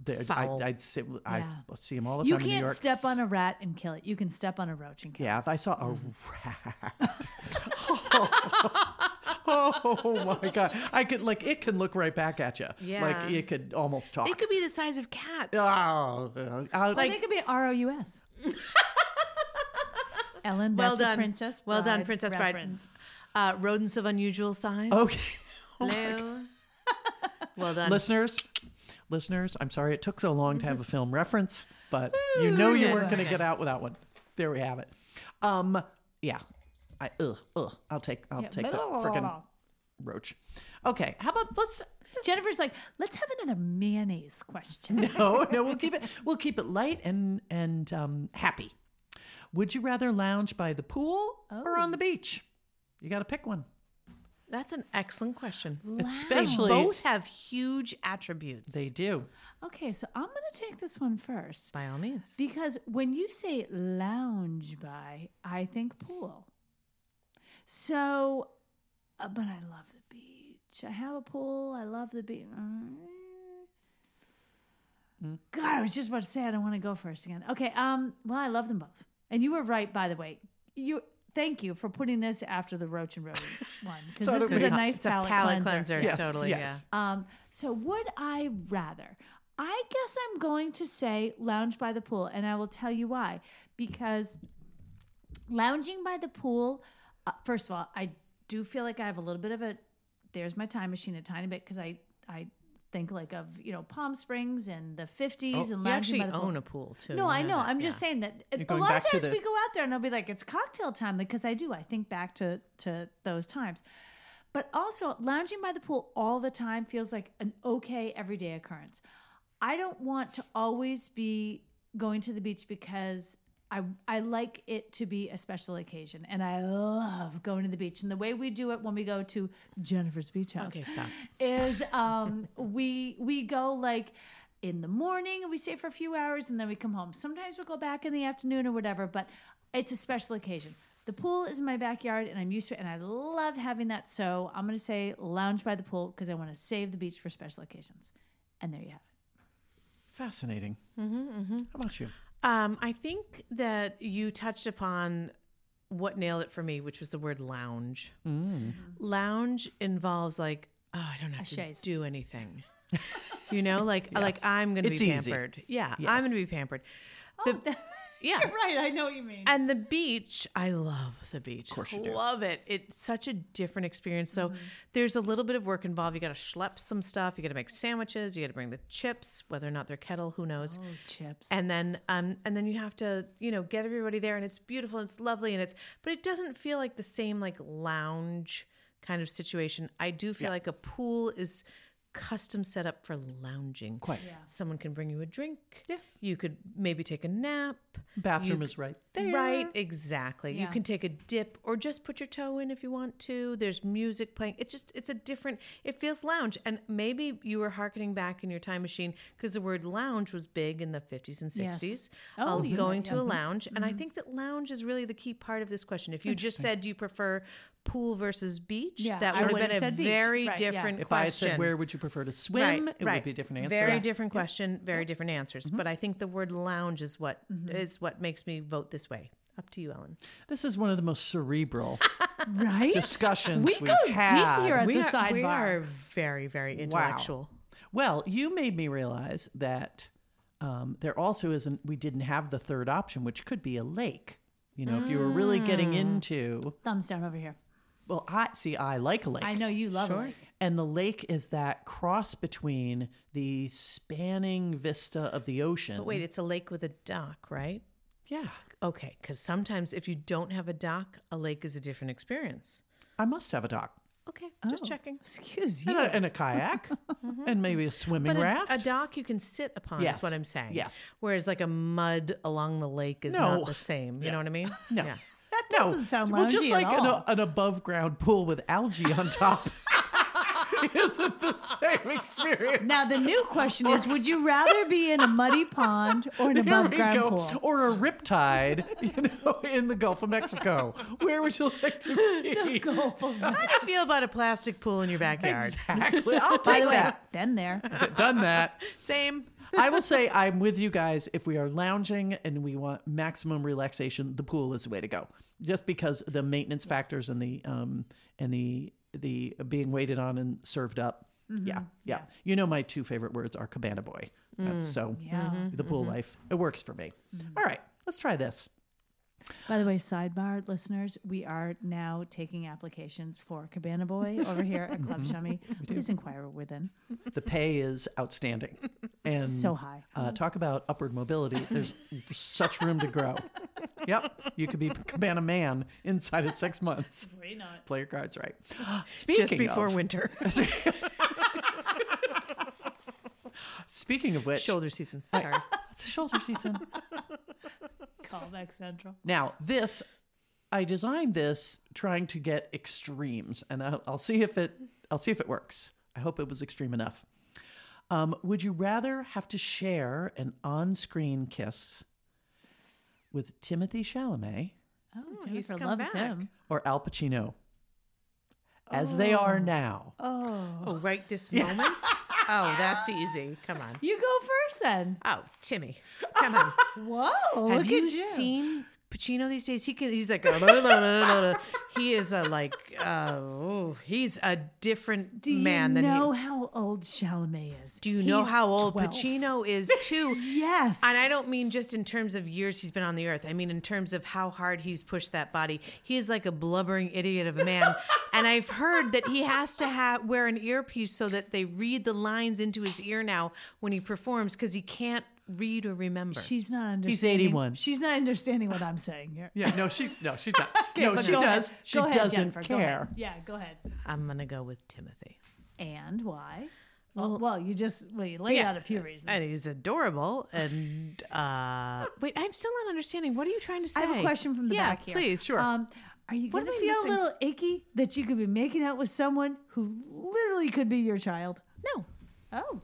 Speaker 1: They're- I,
Speaker 2: Foul.
Speaker 1: I'd sit, I s-
Speaker 3: Yeah.
Speaker 1: see them all the
Speaker 3: you
Speaker 1: time in New
Speaker 3: can't
Speaker 1: York.
Speaker 3: step on a rat and kill it. You can step on a roach and kill
Speaker 1: Yeah, if I saw a
Speaker 2: Mm.
Speaker 1: rat. oh, my god! I could like it can look right back at you.
Speaker 2: Yeah.
Speaker 1: like it could almost talk.
Speaker 2: It could be the size of cats.
Speaker 1: Oh, uh, I'll-
Speaker 3: it. I think it'd be R O U S. Ellen,
Speaker 2: well
Speaker 3: that's
Speaker 2: done,
Speaker 3: a Princess.
Speaker 2: Well done,
Speaker 3: Bride
Speaker 2: Princess
Speaker 3: reference.
Speaker 2: Bride. Uh, rodents of unusual size.
Speaker 1: okay, oh
Speaker 2: Hello. well done.
Speaker 1: listeners, listeners, I'm sorry it took so long to have a film reference, but you know you
Speaker 2: okay.
Speaker 1: weren't going to get out without one. There we have it. Um, yeah, I ugh, ugh, I'll take I'll take the freaking roach. Okay, how about let's
Speaker 3: Jennifer's like, let's have another mayonnaise question.
Speaker 1: no, no, we'll keep it we'll keep it light and and um, happy. Would you rather lounge by the pool or on the beach? You got to pick one.
Speaker 2: That's an excellent question.
Speaker 1: Especially
Speaker 2: Both have huge attributes.
Speaker 1: they do.
Speaker 3: okay, so I'm going to take this one first
Speaker 2: by all means.
Speaker 3: because when you say lounge by, I think pool. So, uh, but I love the beach. I have a pool. I love the beach. God, I was just about to say I don't want to go first again. Okay, um, well, I love them both, and you were right, by the way. You thank you for putting this after the roach and rodent one because
Speaker 1: Thought
Speaker 3: this
Speaker 1: it
Speaker 3: is a
Speaker 1: would be-
Speaker 3: nice
Speaker 2: It's a
Speaker 3: palate,
Speaker 2: palate
Speaker 3: cleanser.
Speaker 2: cleanser.
Speaker 1: Yes,
Speaker 2: totally.
Speaker 1: yes.
Speaker 3: Um, so would I rather? I guess I'm going to say lounge by the pool, and I will tell you why. Because lounging by the pool, uh, first of all, I do feel like I have a little bit of a there's my time machine a tiny bit because I I think like of you know Palm Springs and the 50s
Speaker 2: Yeah.
Speaker 3: and
Speaker 2: Oh, you
Speaker 3: lounging
Speaker 2: actually
Speaker 3: by the pool.
Speaker 2: own a pool too.
Speaker 3: No,
Speaker 2: You
Speaker 3: I know.
Speaker 2: that.
Speaker 3: I'm
Speaker 2: Yeah.
Speaker 3: just saying that a
Speaker 1: going
Speaker 3: lot
Speaker 1: back
Speaker 3: of
Speaker 1: to
Speaker 3: times
Speaker 1: the-
Speaker 3: we go out there and I'll be like, it's cocktail time because I do. I think back to to those times. But also lounging by the pool all the time feels like an okay everyday occurrence. I don't want to always be going to the beach because I I like it to be a special occasion and I love going to the beach. And the way we do it when we go to Jennifer's beach house
Speaker 2: Okay, stop.
Speaker 3: is um we we go like in the morning and we stay for a few hours and then we come home. Sometimes we'll go back in the afternoon or whatever, but it's a special occasion. The pool is in my backyard and I'm used to it and I love having that. So I'm gonna say lounge by the pool because I want to save the beach for special occasions. And there you have it.
Speaker 1: Fascinating. How about you?
Speaker 2: Um, I think that you touched upon what nailed it for me, which was the word lounge. Mm. Lounge involves like, oh, I don't have
Speaker 3: chaise.
Speaker 2: to do anything. you know, like like I'm gonna
Speaker 1: It's
Speaker 2: be
Speaker 1: easy.
Speaker 2: pampered. Yeah, I'm gonna be pampered.
Speaker 3: Oh,
Speaker 2: The- yeah,
Speaker 3: Right, I know what you mean.
Speaker 2: and the beach, I love the beach. Of
Speaker 1: course you do.
Speaker 2: Love it. It's such a different experience. So there's a little bit of work involved. You got to schlep some stuff. You got to make sandwiches. You got to bring the chips, whether or not they're kettle, who knows.
Speaker 3: oh, chips.
Speaker 2: And then, um, and then you have to, you know, get everybody there, and it's beautiful, and it's lovely, and it's, but it doesn't feel like the same like lounge kind of situation. I do feel like a pool is custom set up for lounging.
Speaker 1: Quite.
Speaker 2: Someone can bring you a drink.
Speaker 1: Yes.
Speaker 2: You could maybe take a nap.
Speaker 1: Bathroom is right there.
Speaker 2: Right, exactly. You
Speaker 3: Yeah.
Speaker 2: can take a dip or just put your toe in if you want to. There's music playing. It's just it's a different it feels lounge. And maybe you were hearkening back in your time machine because the word lounge was big in the 50s and 60s.
Speaker 3: Oh, Mm-hmm.
Speaker 2: um,
Speaker 3: you
Speaker 2: going
Speaker 3: might,
Speaker 2: to a lounge. And I think that lounge is really the key part of this question. If you just said do you prefer pool versus beach,
Speaker 3: Yeah,
Speaker 2: that
Speaker 3: I
Speaker 2: would
Speaker 3: would've
Speaker 2: have been a
Speaker 3: said beach.
Speaker 2: very
Speaker 3: Right, yeah.
Speaker 2: different
Speaker 1: If I had
Speaker 2: question.
Speaker 1: said where would you prefer to swim, it would be a different answer.
Speaker 2: Very
Speaker 3: Yes.
Speaker 2: different question, very different answers.
Speaker 1: Mm-hmm.
Speaker 2: But I think the word lounge is what is what makes me vote this way. Up to you, Ellen.
Speaker 1: This is one of the most cerebral
Speaker 3: right?
Speaker 1: discussions
Speaker 3: we
Speaker 1: have
Speaker 3: go deep
Speaker 1: had.
Speaker 3: here at the
Speaker 2: we
Speaker 3: sidebar.
Speaker 2: are very, very intellectual.
Speaker 1: Well, you made me realize that um, there also isn't. We didn't have the third option, which could be a lake. You know, if you were really getting into,
Speaker 3: Thumbs down over here.
Speaker 1: well, I see. I like a lake.
Speaker 3: I know you love it.
Speaker 1: And the lake is that cross between the spanning vista of the ocean.
Speaker 2: But wait, it's a lake with a dock, right?
Speaker 1: yeah,
Speaker 2: Okay, because sometimes if you don't have a dock, a lake is a different experience.
Speaker 1: I must have a dock
Speaker 2: Okay,
Speaker 1: Oh.
Speaker 2: just checking.
Speaker 3: Excuse you.
Speaker 1: and a, and a kayak and maybe a swimming
Speaker 2: But a,
Speaker 1: raft.
Speaker 2: a dock you can sit upon
Speaker 1: Yes.
Speaker 2: is what I'm saying.
Speaker 1: Yes.
Speaker 2: Whereas like a mud along the lake is
Speaker 1: No.
Speaker 2: not the same. You know what I mean?
Speaker 1: No.
Speaker 2: Yeah.
Speaker 3: That doesn't sound
Speaker 1: well, just
Speaker 3: loungy at
Speaker 1: like an,
Speaker 3: all.
Speaker 1: an above ground pool with algae on top. really isn't the same experience.
Speaker 3: Now the new question is: Would you rather be in a muddy pond or an
Speaker 1: Here
Speaker 3: above
Speaker 1: we
Speaker 3: ground
Speaker 1: go.
Speaker 3: pool?
Speaker 1: Or a riptide, you know, in the Gulf of Mexico. Where would you like to be?
Speaker 2: How do you feel about a plastic pool in your backyard?
Speaker 1: Exactly. I'll
Speaker 3: By
Speaker 1: take
Speaker 3: the way,
Speaker 1: that.
Speaker 3: been there.
Speaker 1: Done that.
Speaker 2: Same.
Speaker 1: I will say I'm with you guys. If we are lounging and we want maximum relaxation, the pool is the way to go. Just because the maintenance factors and the um and the the being waited on and served up.
Speaker 3: Mm-hmm.
Speaker 1: Yeah, yeah, You know my two favorite words are cabana boy. That's so
Speaker 3: Mm. Yeah. Mm-hmm.
Speaker 1: the pool life. It works for me. All right, let's try this.
Speaker 3: By the way, sidebar listeners, we are now taking applications for Cabana Boy over here at Club Shummy. Please inquire within.
Speaker 1: The pay is outstanding. And
Speaker 3: So high.
Speaker 1: Uh, talk about upward mobility. There's such room to grow. Yep. You could be cabana man inside of six months. Play your cards right. Speaking
Speaker 2: Just before
Speaker 1: of,
Speaker 2: winter.
Speaker 1: speaking of which,
Speaker 2: Shoulder season. Sorry.
Speaker 1: it's a shoulder season.
Speaker 3: Callback Central.
Speaker 1: now this, I designed this trying to get extremes, and I'll, I'll see if it. I'll see if it works. I hope it was extreme enough. Um, would you rather have to share an on-screen kiss with Timothy Chalamet
Speaker 3: Oh,
Speaker 2: he's
Speaker 3: Jennifer
Speaker 2: come
Speaker 3: loves
Speaker 2: back.
Speaker 3: him.
Speaker 1: or Al Pacino, as they are now?
Speaker 3: Oh.
Speaker 2: oh, right this moment? Oh, that's easy. Come on.
Speaker 3: You go first then.
Speaker 2: Oh, Timmy. Come on.
Speaker 3: Whoa.
Speaker 2: Have
Speaker 3: look
Speaker 2: you,
Speaker 3: at you
Speaker 2: seen Pacino these days? He can. He's like. "Ah, la, la, la, la, la." He is a like. Uh, oh, he's a different
Speaker 3: Do you
Speaker 2: man than
Speaker 3: know
Speaker 2: he.
Speaker 3: how old Chalamet is?
Speaker 2: Do you know
Speaker 3: He's
Speaker 2: how old
Speaker 3: 12.
Speaker 2: Pacino is too?
Speaker 3: Yes.
Speaker 2: And I don't mean just in terms of years he's been on the earth. I mean in terms of how hard he's pushed that body. He is like a blubbering idiot of a man. and I've heard that he has to have wear an earpiece so that they read the lines into his ear now when he performs because he can't read or remember.
Speaker 3: She's not understanding.
Speaker 1: 81.
Speaker 3: She's not understanding what I'm saying here.
Speaker 1: Yeah, no, she's no, she's not. no,
Speaker 3: But
Speaker 1: she
Speaker 3: go ahead.
Speaker 1: does. She
Speaker 3: Go ahead,
Speaker 1: doesn't
Speaker 3: Jennifer, go ahead.
Speaker 1: care.
Speaker 3: Yeah, go ahead.
Speaker 2: I'm gonna go with Timothy.
Speaker 3: And why? Well, well, you just well, you laid out a few reasons.
Speaker 2: And he's adorable. And uh, wait, I'm still not understanding. What are you trying to say?
Speaker 3: I have a question from the
Speaker 2: yeah,
Speaker 3: back here.
Speaker 2: Please,
Speaker 3: Um, are you
Speaker 2: What am
Speaker 3: going to
Speaker 2: I
Speaker 3: feel
Speaker 2: missing?
Speaker 3: a little icky that you could be making out with someone who literally could be your child?
Speaker 2: no,
Speaker 3: Oh,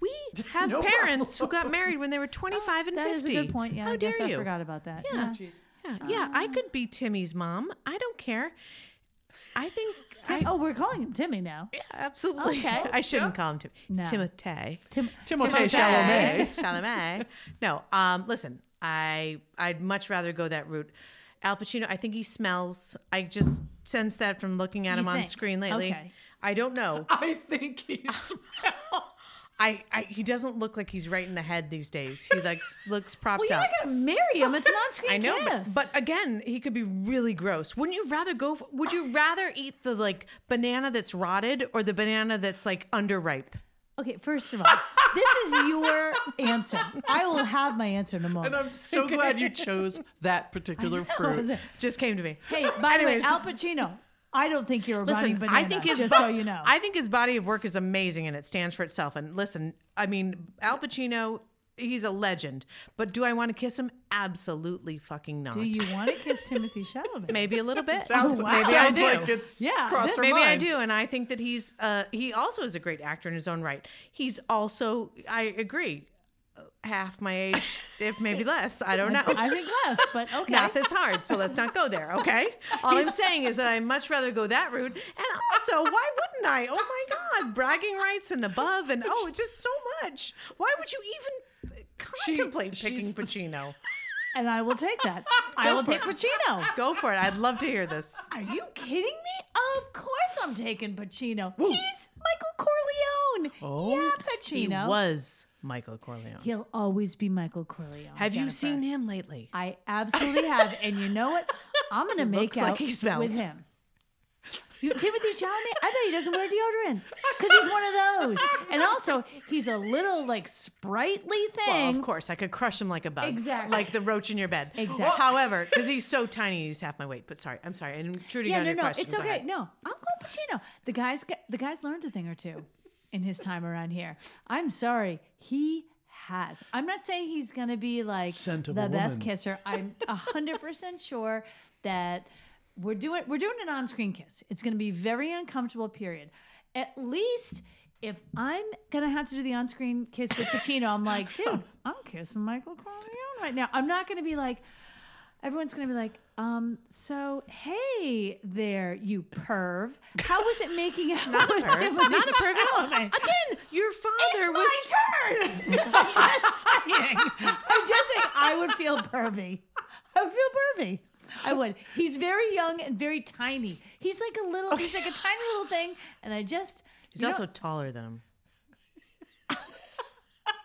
Speaker 2: we have
Speaker 1: No
Speaker 2: parents who got married when they were 25 and
Speaker 3: that
Speaker 2: 50.
Speaker 3: is a good point. Yeah,
Speaker 2: How
Speaker 3: I
Speaker 2: dare
Speaker 3: guess
Speaker 2: you?
Speaker 3: I forgot about that.
Speaker 2: Yeah.
Speaker 3: Uh,
Speaker 2: Yeah, yeah, I could be Timmy's mom. I don't care. I think. I,
Speaker 3: Tim- oh, we're calling him Timmy now.
Speaker 2: yeah, absolutely.
Speaker 3: Okay.
Speaker 2: I shouldn't call him Timmy. It's
Speaker 3: No.
Speaker 2: Timotei.
Speaker 3: Tim-
Speaker 1: Timothée Chalamet.
Speaker 2: Chalamet. No. Um, listen, I I'd much rather go that route. Al Pacino, I think he smells. I just sense that from looking at
Speaker 3: You
Speaker 2: him on
Speaker 3: think?
Speaker 2: screen lately.
Speaker 3: Okay.
Speaker 2: I don't know.
Speaker 1: I think he's.
Speaker 2: I, I he doesn't look like he's right in the head these days. He like s- looks propped
Speaker 3: Well, you're
Speaker 2: up.
Speaker 3: not going to marry him. It's an on-screen
Speaker 2: I know, but,
Speaker 3: kiss.
Speaker 2: but again, he could be really gross. Wouldn't you rather go? For, would you rather eat the like banana that's rotted or the banana that's like underripe?
Speaker 3: okay, first of all, this is your answer. I will have my answer in a moment.
Speaker 1: And I'm so glad you chose that particular fruit.
Speaker 2: Just came to me.
Speaker 3: Hey, by the way,
Speaker 2: Anyways.
Speaker 3: Al Pacino. I don't think you're a running
Speaker 2: Listen,
Speaker 3: banana.
Speaker 2: I think his
Speaker 3: just
Speaker 2: bo-
Speaker 3: so you know.
Speaker 2: I think his body of work is amazing and it stands for itself. And listen, I mean, Al Pacino, he's a legend. But do I want to kiss him? Absolutely fucking not.
Speaker 3: Do you want to kiss Timothy Chalamet?
Speaker 2: Maybe a little bit.
Speaker 1: Sounds,
Speaker 3: Oh, wow.
Speaker 1: maybe
Speaker 2: I
Speaker 1: sounds
Speaker 2: do.
Speaker 1: like it's
Speaker 3: Yeah,
Speaker 1: crossed her
Speaker 2: Maybe I
Speaker 1: mind.
Speaker 2: do, and I think that he's uh, he also is a great actor in his own right. He's also, I agree, uh, half my age, if maybe less. I don't know.
Speaker 3: I think less, but okay.
Speaker 2: Math is hard, so let's not go there. Okay. All I'm saying is that I much rather go that route, and also, why wouldn't I? Oh my God, bragging rights and above, and oh, it's just so much. Why would you even contemplate picking
Speaker 1: she's-
Speaker 2: Pacino?
Speaker 3: and I will take that. I will pick Pacino.
Speaker 2: Go for it. I'd love to hear this.
Speaker 3: Are you kidding me? Of course I'm taking Pacino. He's Michael Corleone.
Speaker 1: Oh,
Speaker 3: yeah, Pacino.
Speaker 2: He was Michael Corleone.
Speaker 3: will always be Michael Corleone.
Speaker 2: Have you
Speaker 3: Jennifer.
Speaker 2: seen him lately?
Speaker 3: I absolutely have, and you know what? I'm gonna make
Speaker 2: looks like
Speaker 3: out
Speaker 2: he smells.
Speaker 3: with him. You, Timothy Chalamet, I bet he doesn't wear deodorant because he's one of those. And also, he's a little like sprightly
Speaker 2: Well,
Speaker 3: thing.
Speaker 2: of course, I could crush him like a bug.
Speaker 3: Exactly.
Speaker 2: Like the roach in your bed.
Speaker 3: Exactly.
Speaker 2: However, because he's so tiny, he's half my weight. But sorry, I'm sorry. I'm intruding
Speaker 3: yeah,
Speaker 2: on
Speaker 3: no,
Speaker 2: your
Speaker 3: no,
Speaker 2: question.
Speaker 3: it's
Speaker 2: Go
Speaker 3: okay.
Speaker 2: ahead.
Speaker 3: No, I'm going Pacino. The guy's got, the guy's learned a thing or two in his time around here. I'm sorry, he has. I'm not saying he's going to be like
Speaker 1: Scent
Speaker 3: the
Speaker 1: of a
Speaker 3: best
Speaker 1: woman.
Speaker 3: kisser. I'm hundred percent sure that we're doing we're doing an on-screen kiss. It's going to be very uncomfortable. Period. at least if I'm gonna have to do the on-screen kiss with Pacino, I'm like, dude, I'm kissing Michael Corleone right now. I'm not gonna be like, everyone's gonna be like, um, so hey there, you perv. How was it making out? Not a perv. Not a perv at all. Okay.
Speaker 2: Again, your father was
Speaker 3: It's my turn. I'm just saying. I'm just saying. I would feel pervy. I would feel pervy. I would. He's very young and very tiny. He's like a little. He's like a tiny little thing. And I just.
Speaker 2: He's
Speaker 3: you know,
Speaker 2: also taller than him.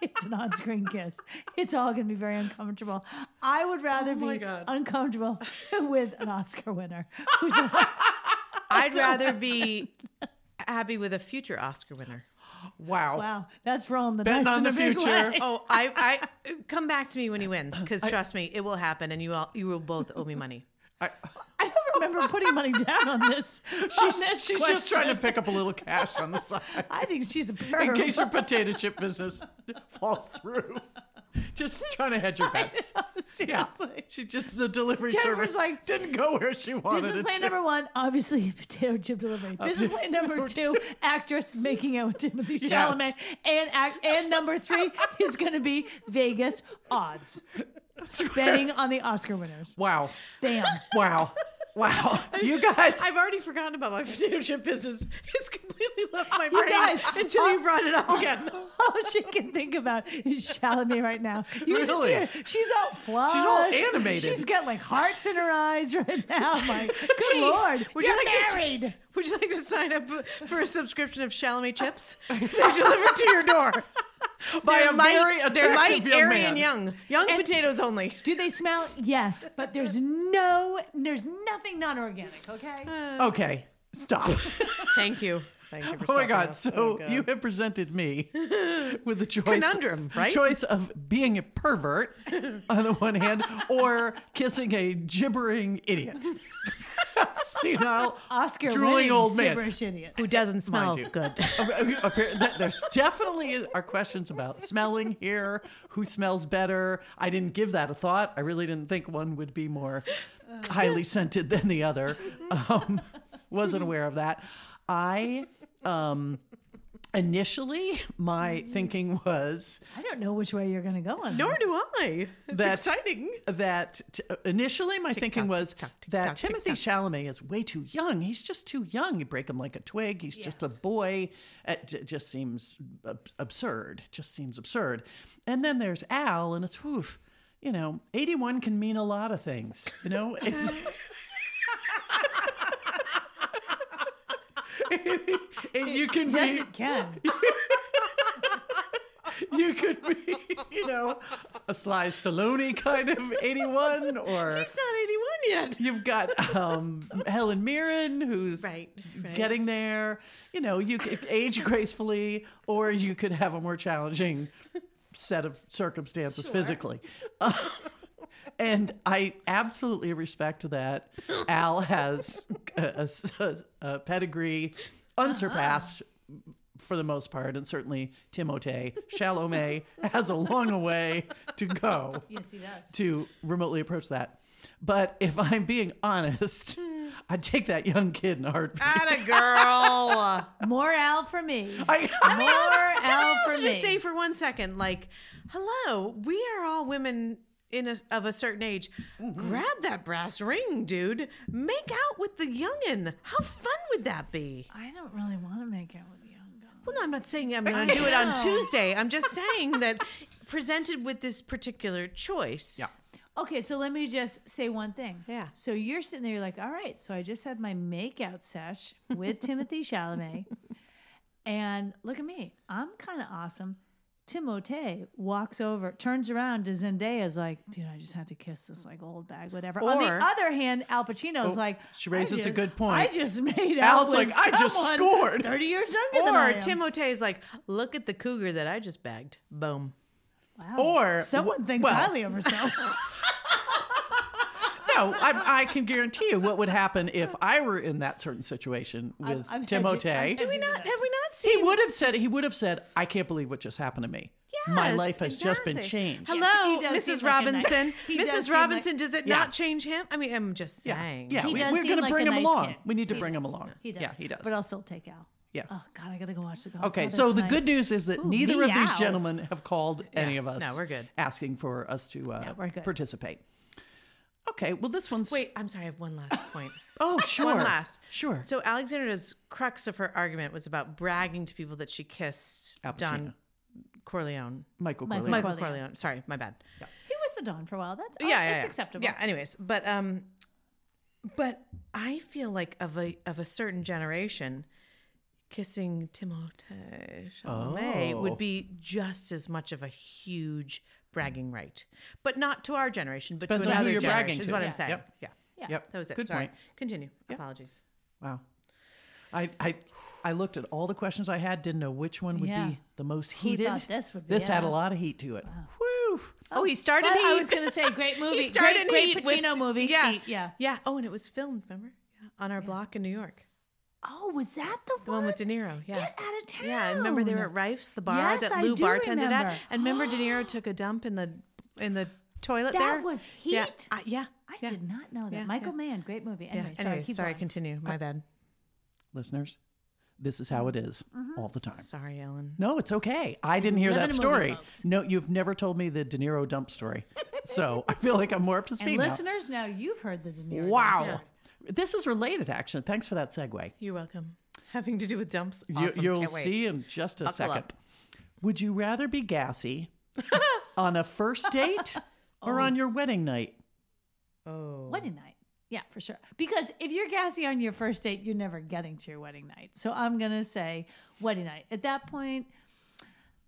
Speaker 3: it's an on-screen kiss. It's all going to be very uncomfortable. I would rather
Speaker 1: my
Speaker 3: be
Speaker 1: God.
Speaker 3: uncomfortable with an Oscar winner. Who's
Speaker 2: I'd rather be happy with a future Oscar winner.
Speaker 1: Wow.
Speaker 3: wow, that's rolling the
Speaker 1: Betting
Speaker 3: dice
Speaker 1: on
Speaker 3: in
Speaker 1: the
Speaker 3: a big
Speaker 1: future.
Speaker 3: way.
Speaker 2: Oh, I, I come back to me when he wins because trust me, it will happen, and you all you will both owe me money.
Speaker 1: I,
Speaker 3: I don't remember putting money down on this. on this
Speaker 1: she's she's just
Speaker 3: question.
Speaker 1: trying to pick up a little cash on the side.
Speaker 3: I think she's a
Speaker 1: in
Speaker 3: perv.
Speaker 1: case your potato chip business falls through. Just trying to hedge your bets.
Speaker 3: Seriously.
Speaker 1: She just the delivery
Speaker 3: Jennifer's
Speaker 1: service
Speaker 3: like,
Speaker 1: didn't go where she wanted
Speaker 3: This is
Speaker 1: it
Speaker 3: plan
Speaker 1: to.
Speaker 3: number one, obviously potato chip delivery. This is plan number two, actress making out with Timothy
Speaker 1: Yes.
Speaker 3: Chalamet, and act, and number three is going to be Vegas odds betting on the Oscar winners.
Speaker 1: Wow.
Speaker 3: Bam!
Speaker 1: Wow. Wow. You guys
Speaker 2: I've already forgotten about my potato chip business. It's completely left my
Speaker 3: You
Speaker 2: brain
Speaker 3: guys,
Speaker 2: until you brought it up again.
Speaker 3: All she can think about is Chalamet right now. You should see
Speaker 1: Really?
Speaker 3: her. She's all flushed.
Speaker 1: animated.
Speaker 3: She's got like hearts in her eyes right now. I'm like, good lord,
Speaker 2: would you
Speaker 3: you're
Speaker 2: like to s-
Speaker 3: married.
Speaker 2: Would you like to sign up for a subscription of Chalamet chips? They deliver to your door.
Speaker 1: by
Speaker 2: They're
Speaker 1: a
Speaker 2: light-
Speaker 1: very attractive
Speaker 2: they're light,
Speaker 1: young
Speaker 2: airy,
Speaker 1: man.
Speaker 2: and young. Young
Speaker 3: And-
Speaker 2: potatoes only.
Speaker 3: Do they smell? Yes, but there's no, there's nothing non-organic. Okay.
Speaker 1: Uh, Okay. Stop.
Speaker 2: Thank you. Thank you.
Speaker 1: Oh my
Speaker 2: For stopping
Speaker 1: God!
Speaker 2: us.
Speaker 1: So
Speaker 2: Oh, God.
Speaker 1: you have presented me with the choice
Speaker 2: Conundrum, right?
Speaker 1: choice of being a pervert on the one hand, or kissing a gibbering idiot, senile,
Speaker 3: Oscar
Speaker 1: drooling
Speaker 3: winning
Speaker 1: old man.
Speaker 3: gibberish idiot.
Speaker 2: who doesn't smell
Speaker 1: you.
Speaker 2: good?
Speaker 1: Appar- th- There's definitely is- are questions about smelling here. Who smells better? I didn't give that a thought. I really didn't think one would be more highly scented than the other. Um, wasn't aware of that. I um, initially my thinking was
Speaker 3: I don't know which way you're going to go on.
Speaker 2: Nor
Speaker 3: this.
Speaker 2: do I. It's
Speaker 1: That's-
Speaker 2: exciting.
Speaker 1: that t- initially my thinking was
Speaker 2: tick-tock, tick-tock,
Speaker 1: that
Speaker 2: tick-tock.
Speaker 1: Timothy Chalamet is way too young. He's just too young. You break him like a twig. He's just a
Speaker 3: Yes.
Speaker 1: boy. It j- just seems ab- absurd. Just seems absurd. And then there's Al, and it's oof. You know, eighty-one can mean a lot of things. You know, it's. 80 you can
Speaker 3: Yes,
Speaker 1: be
Speaker 3: it can.
Speaker 1: you could be you know a Sly Stallone kind of eighty one or
Speaker 2: He's not 81 yet.
Speaker 1: You've got um, Helen Mirren, who's
Speaker 2: Right, right.
Speaker 1: getting there. You know, you could age gracefully, or you could have a more challenging set of circumstances physically. Uh, and I absolutely respect that. Al has a, a s- a- a pedigree unsurpassed.
Speaker 2: Uh-huh.
Speaker 1: For the most part, and certainly Timote Chalamet has a long way to go
Speaker 3: Yes, he does.
Speaker 1: to remotely approach that. But if I'm being honest, I'd take that young kid in a heartbeat.
Speaker 2: Atta girl.
Speaker 3: More Al for me.
Speaker 1: I,
Speaker 3: More
Speaker 2: Can
Speaker 3: Al
Speaker 2: I
Speaker 3: for
Speaker 2: also
Speaker 3: me.
Speaker 2: just say for one second, like, hello, we are all women in a, of a certain age. Grab that brass ring, dude. Make out with the youngin. How fun would that be?
Speaker 3: I don't really want to make out with a young guy.
Speaker 2: Well, no, I'm not saying I'm going to do it on
Speaker 3: know.
Speaker 2: Tuesday. I'm just saying that presented with this particular choice.
Speaker 1: Yeah.
Speaker 3: Okay, so let me just say one thing.
Speaker 2: Yeah.
Speaker 3: So you're sitting there, you're like, all right, so I just had my makeout sesh with Timothy Chalamet. And look at me. I'm kind of awesome. Timotei walks over, turns around to Zendaya's like, dude, I just had to kiss this like old bag, whatever. On
Speaker 2: Or-
Speaker 3: the other hand, Al
Speaker 1: Oh,
Speaker 3: Pacino's like,
Speaker 1: she
Speaker 3: "I
Speaker 1: raises a
Speaker 3: just-
Speaker 1: good point.
Speaker 3: I just made out.
Speaker 1: Al's
Speaker 3: with
Speaker 1: like, "I just
Speaker 3: someone
Speaker 1: scored."
Speaker 3: Thirty years younger than I
Speaker 2: Or
Speaker 3: am."
Speaker 2: Timotei is like, look at the cougar that I just bagged. Boom.
Speaker 3: Wow.
Speaker 1: or-
Speaker 3: someone thinks
Speaker 1: well-
Speaker 3: highly of herself.
Speaker 1: no, I, I can guarantee you what would happen if I were in that certain situation with
Speaker 3: I'm hedging- I'm
Speaker 1: Timotei.
Speaker 3: hedging.
Speaker 2: We not have we not seen
Speaker 1: he would have said he would have said, "I can't believe what just happened to me. My
Speaker 2: Yes,
Speaker 1: life has just been
Speaker 2: exactly.
Speaker 1: changed."
Speaker 2: Hello,
Speaker 3: He does
Speaker 2: Mrs.
Speaker 3: seem like a nice-
Speaker 2: Robinson.
Speaker 3: he does
Speaker 2: Mrs.
Speaker 3: seem like-
Speaker 2: Robinson, does it
Speaker 1: Yeah.
Speaker 2: not change him? I mean, I'm just
Speaker 1: Yeah,
Speaker 2: saying.
Speaker 1: yeah.
Speaker 3: He
Speaker 1: we,
Speaker 3: does
Speaker 1: are
Speaker 3: seem
Speaker 1: going to
Speaker 3: like
Speaker 1: bring
Speaker 3: a
Speaker 1: him
Speaker 3: nice
Speaker 1: along.
Speaker 3: kid.
Speaker 1: We need to
Speaker 3: He
Speaker 1: bring him
Speaker 3: does.
Speaker 1: along.
Speaker 3: He does.
Speaker 1: Yeah, he does.
Speaker 3: But I'll still take Al.
Speaker 1: Yeah.
Speaker 3: Oh God, I gotta go watch the Godfather.
Speaker 1: Okay, so the
Speaker 3: tonight.
Speaker 1: good news is that
Speaker 3: Ooh,
Speaker 1: neither of these
Speaker 3: meow.
Speaker 1: gentlemen have called any of us.
Speaker 2: no, we're good.
Speaker 1: Asking for us to uh,
Speaker 3: No, we're good.
Speaker 1: participate. Okay, well, this one's.
Speaker 2: Wait, I'm sorry. I have one last point.
Speaker 1: oh, sure.
Speaker 2: One last.
Speaker 1: Sure.
Speaker 2: So Alexandra's crux of her argument was about bragging to people that she kissed
Speaker 1: Al
Speaker 2: Don
Speaker 1: Pacino.
Speaker 2: Corleone.
Speaker 1: Michael
Speaker 3: Michael
Speaker 1: Corleone.
Speaker 2: Michael
Speaker 3: Corleone.
Speaker 2: Corleone. Sorry, my bad.
Speaker 3: he was the Don for a while. That's oh,
Speaker 2: yeah, yeah,
Speaker 3: that's
Speaker 2: yeah.
Speaker 3: acceptable.
Speaker 2: Yeah. Anyways, but um, but I feel like of a of a certain generation, kissing Timothée Chalamet
Speaker 1: Oh.
Speaker 2: would be just as much of a huge bragging right, but not to our generation, but
Speaker 1: Depends
Speaker 2: to
Speaker 1: on who
Speaker 2: another
Speaker 1: you're
Speaker 2: generation.
Speaker 1: bragging
Speaker 2: is
Speaker 1: to.
Speaker 2: what
Speaker 1: Yeah.
Speaker 2: I'm saying.
Speaker 1: Yep.
Speaker 2: Yeah.
Speaker 3: Yeah.
Speaker 1: Yep.
Speaker 2: That was it.
Speaker 1: Good
Speaker 2: Sorry.
Speaker 1: point.
Speaker 2: Continue. Apologies.
Speaker 1: Wow. I, I I looked at all the questions I had, didn't know which one would
Speaker 3: Yeah.
Speaker 1: be the most heated.
Speaker 3: thought this would be-
Speaker 1: This had a
Speaker 3: yeah.
Speaker 1: lot of heat to it. Whew.
Speaker 2: Oh, he started.
Speaker 3: But I
Speaker 2: Heat.
Speaker 3: was gonna say, great movie.
Speaker 2: He started
Speaker 3: great,
Speaker 2: Heat
Speaker 3: great
Speaker 2: with-
Speaker 3: Pacino movie.
Speaker 2: Yeah.
Speaker 3: Heat, yeah.
Speaker 2: Yeah. Oh, and it was filmed. Remember? Yeah. On our block in New York.
Speaker 3: Oh, was that the,
Speaker 2: The
Speaker 3: one?
Speaker 2: one with De Niro. Yeah.
Speaker 3: Get out of town.
Speaker 2: Yeah, and remember they were at Rife's, the bar
Speaker 3: Yes,
Speaker 2: that
Speaker 3: I
Speaker 2: Lou
Speaker 3: do
Speaker 2: bartended
Speaker 3: remember.
Speaker 2: at, and remember De Niro took a dump in the in the toilet
Speaker 3: That
Speaker 2: there.
Speaker 3: was
Speaker 2: Yeah,
Speaker 3: heat?
Speaker 2: I- yeah,
Speaker 3: I
Speaker 2: yeah,
Speaker 3: did not know that.
Speaker 2: Yeah,
Speaker 3: Michael Mann, great movie.
Speaker 2: Yeah.
Speaker 3: Anyway, sorry,
Speaker 2: Anyway,
Speaker 3: keep
Speaker 2: sorry,
Speaker 3: going. Oh.
Speaker 2: continue. My bad.
Speaker 1: Listeners, this is how it is all the time.
Speaker 2: Sorry, Ellen.
Speaker 1: No, it's okay. I didn't hear
Speaker 3: live
Speaker 1: that
Speaker 3: in a movie,
Speaker 1: story.
Speaker 3: folks.
Speaker 1: No, you've never told me the De Niro dump story. so I feel like I'm more up to
Speaker 3: And
Speaker 1: speed now.
Speaker 3: listeners, now you've heard the De Niro.
Speaker 1: Wow.
Speaker 3: dance.
Speaker 1: This is related, actually. Thanks for that segue.
Speaker 2: You're welcome. Having to do with dumps.
Speaker 1: You,
Speaker 2: Awesome.
Speaker 1: You'll
Speaker 2: Can't wait.
Speaker 1: see in just a
Speaker 2: Buckle
Speaker 1: second.
Speaker 2: up.
Speaker 1: Would you rather be gassy on a first date or on your wedding night?
Speaker 2: Oh,
Speaker 3: Wedding night. Yeah, for sure. Because if you're gassy on your first date, you're never getting to your wedding night. So I'm going to say wedding night. At that point,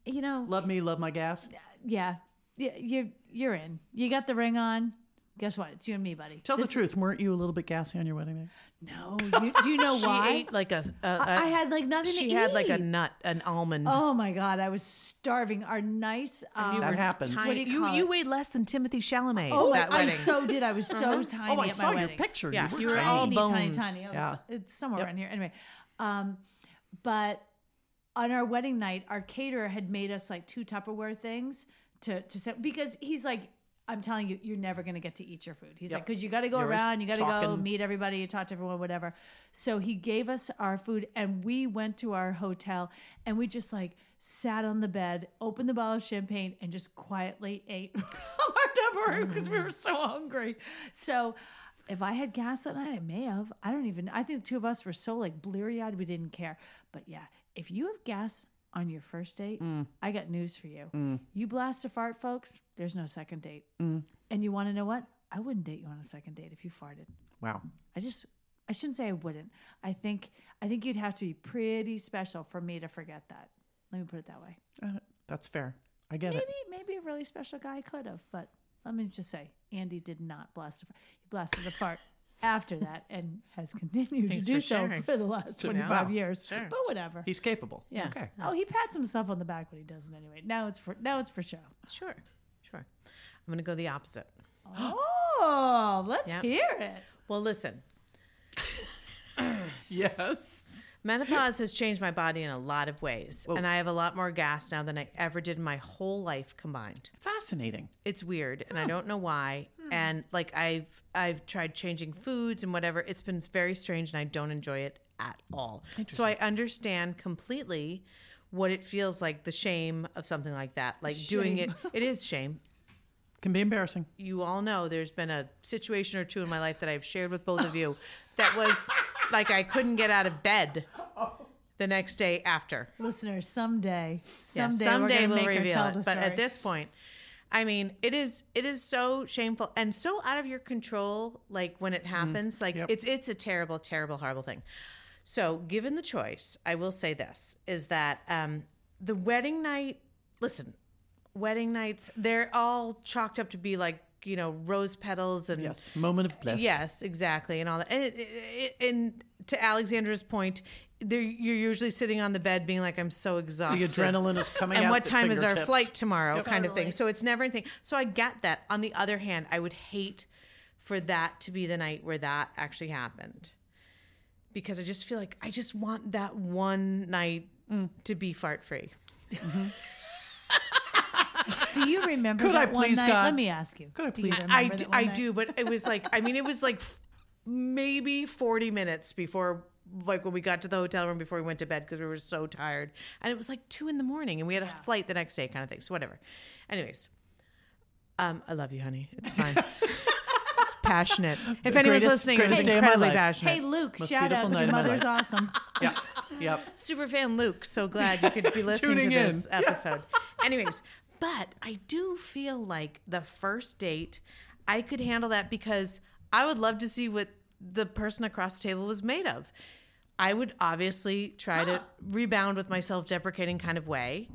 Speaker 3: you know,
Speaker 1: Love me, love my gas.
Speaker 3: yeah, yeah, you're, you're in. You got the ring on. Guess what? It's you and me, buddy.
Speaker 1: Tell the truth. Uh, Weren't you a little bit gassy on your wedding night?
Speaker 3: No. You, do you know
Speaker 2: she
Speaker 3: why?
Speaker 2: ate like a. a, a
Speaker 3: I had like nothing to
Speaker 2: she
Speaker 3: eat.
Speaker 2: had like a nut, an almond.
Speaker 3: Oh my God. I was starving. Our nice. Um,
Speaker 1: That happens.
Speaker 2: Tiny-
Speaker 3: What do you
Speaker 2: you,
Speaker 3: call
Speaker 2: you
Speaker 3: it?
Speaker 2: weighed less than Timothy Chalamet
Speaker 3: Oh,
Speaker 2: at that
Speaker 3: I, I
Speaker 2: wedding.
Speaker 3: so did. I was so tiny.
Speaker 1: Oh, I
Speaker 3: at
Speaker 1: saw
Speaker 3: my
Speaker 1: your
Speaker 3: wedding.
Speaker 1: picture.
Speaker 2: Yeah,
Speaker 1: you
Speaker 2: you
Speaker 1: were
Speaker 2: were
Speaker 1: tiny.
Speaker 2: all-
Speaker 3: tiny, tiny,
Speaker 2: bones.
Speaker 3: tiny. It was-
Speaker 1: Yeah.
Speaker 3: It's somewhere around here. Anyway, um, but on our wedding night, our caterer had made us like two Tupperware things to to set because he's like. I'm telling you, you're never going to get to eat your food. He's like, because you got to go
Speaker 1: You're always
Speaker 3: around, you got to go
Speaker 1: talking.
Speaker 3: meet everybody, you talk to everyone, whatever. So he gave us our food, and we went to our hotel, and we just like sat on the bed, opened the bottle of champagne, and just quietly ate from our Tupperware because we were so hungry. So if I had gas that night, I may have. I don't even. I think the two of us were so like bleary eyed, we didn't care. But yeah, if you have gas on your first date, I got news for you. You blast a fart, folks. There's no second date. And you want to know what? I wouldn't date you on a second date if you farted.
Speaker 1: Wow.
Speaker 3: I just. I shouldn't say I wouldn't. I think. I think you'd have to be pretty special for me to forget that. Let me put it that way.
Speaker 1: Uh, that's fair. I get
Speaker 3: Maybe,
Speaker 1: it.
Speaker 3: maybe a really special guy could have, but let me just say, Andy did not blast a fart. He blasted a fart after that and has continued to
Speaker 2: Thanks
Speaker 3: do
Speaker 2: for
Speaker 3: so
Speaker 2: sharing.
Speaker 3: for the last
Speaker 2: now.
Speaker 3: 25 years.
Speaker 2: Sure.
Speaker 3: But whatever.
Speaker 1: He's capable.
Speaker 3: yeah.
Speaker 1: Okay.
Speaker 3: Oh, he pats himself on the back when he does it anyway. Now it's for now it's for show.
Speaker 2: sure, sure. I'm gonna go the opposite.
Speaker 3: Oh, let's
Speaker 2: Yep.
Speaker 3: hear it.
Speaker 2: Well, listen.
Speaker 1: Yes.
Speaker 2: Menopause has changed my body in a lot of ways, and I have a lot more gas now than I ever did in my whole life combined.
Speaker 1: Fascinating.
Speaker 2: It's weird, and I don't know why. And like I've I've tried changing foods and whatever. It's been very strange, and I don't enjoy it at all. So I understand completely what it feels like the shame of something like that. Like doing it,
Speaker 3: Shame.
Speaker 2: it is shame.
Speaker 1: Can be embarrassing.
Speaker 2: you all know there's been a situation or two in my life that I've shared with both of you that was like I couldn't get out of bed the next day after.
Speaker 3: Listeners, someday,
Speaker 2: Yeah,
Speaker 3: someday, someday we're gonna make her tell the
Speaker 2: it. But
Speaker 3: story.
Speaker 2: at this point, I mean, it is it is so shameful and so out of your control. Like when
Speaker 3: Mm,
Speaker 2: it happens, like
Speaker 1: Yep.
Speaker 2: it's it's a terrible, terrible, horrible thing. So, given the choice, I will say this: is that um, the wedding night? Listen, wedding nights they're all chalked up to be like you know rose petals and
Speaker 1: Yes. Moment of bliss.
Speaker 2: Yes, exactly, and all that. And, it, it, it- and to Alexandra's point, they're, you're usually sitting on the bed, being like, "I'm so
Speaker 1: The
Speaker 2: exhausted."
Speaker 1: adrenaline is coming
Speaker 2: And
Speaker 1: out
Speaker 2: what
Speaker 1: the
Speaker 2: time is our
Speaker 1: fingertips.
Speaker 2: flight tomorrow? Kind of
Speaker 3: Totally.
Speaker 2: thing. So it's never anything. So I get that. On the other hand, I would hate for that to be the night where that actually happened, because I just feel like I just want that one night to be fart free.
Speaker 3: do you remember
Speaker 1: Could I
Speaker 3: that one
Speaker 1: please,
Speaker 3: night?
Speaker 1: God-
Speaker 3: Let me ask you.
Speaker 1: Could I
Speaker 3: Do you
Speaker 1: please-
Speaker 3: remember
Speaker 2: I,
Speaker 3: that
Speaker 2: d-
Speaker 3: one
Speaker 2: I
Speaker 3: night?
Speaker 2: do, but it was like I mean, it was like f- maybe forty minutes before like when we got to the hotel room before we went to bed because we were so tired. And it was like two in the morning and we had a flight the next day kind of thing. So whatever. Anyways. Um, I love you, honey. It's fine. it's passionate. If anyone's
Speaker 1: greatest-
Speaker 2: listening, it was
Speaker 1: greatest day of my
Speaker 2: incredibly
Speaker 1: life.
Speaker 2: passionate.
Speaker 3: Hey, Luke,
Speaker 1: Most
Speaker 3: shout
Speaker 1: beautiful
Speaker 3: out.
Speaker 1: night
Speaker 3: Your
Speaker 1: of my
Speaker 3: mother's
Speaker 1: life.
Speaker 3: awesome.
Speaker 1: Yep. Yep.
Speaker 2: super fan Luke. So glad you could be listening to
Speaker 1: Tuning in.
Speaker 2: this episode. Anyways, but I do feel like the first date, I could handle that because I would love to see what the person across the table was made of. I would obviously try to rebound with my self deprecating kind of way,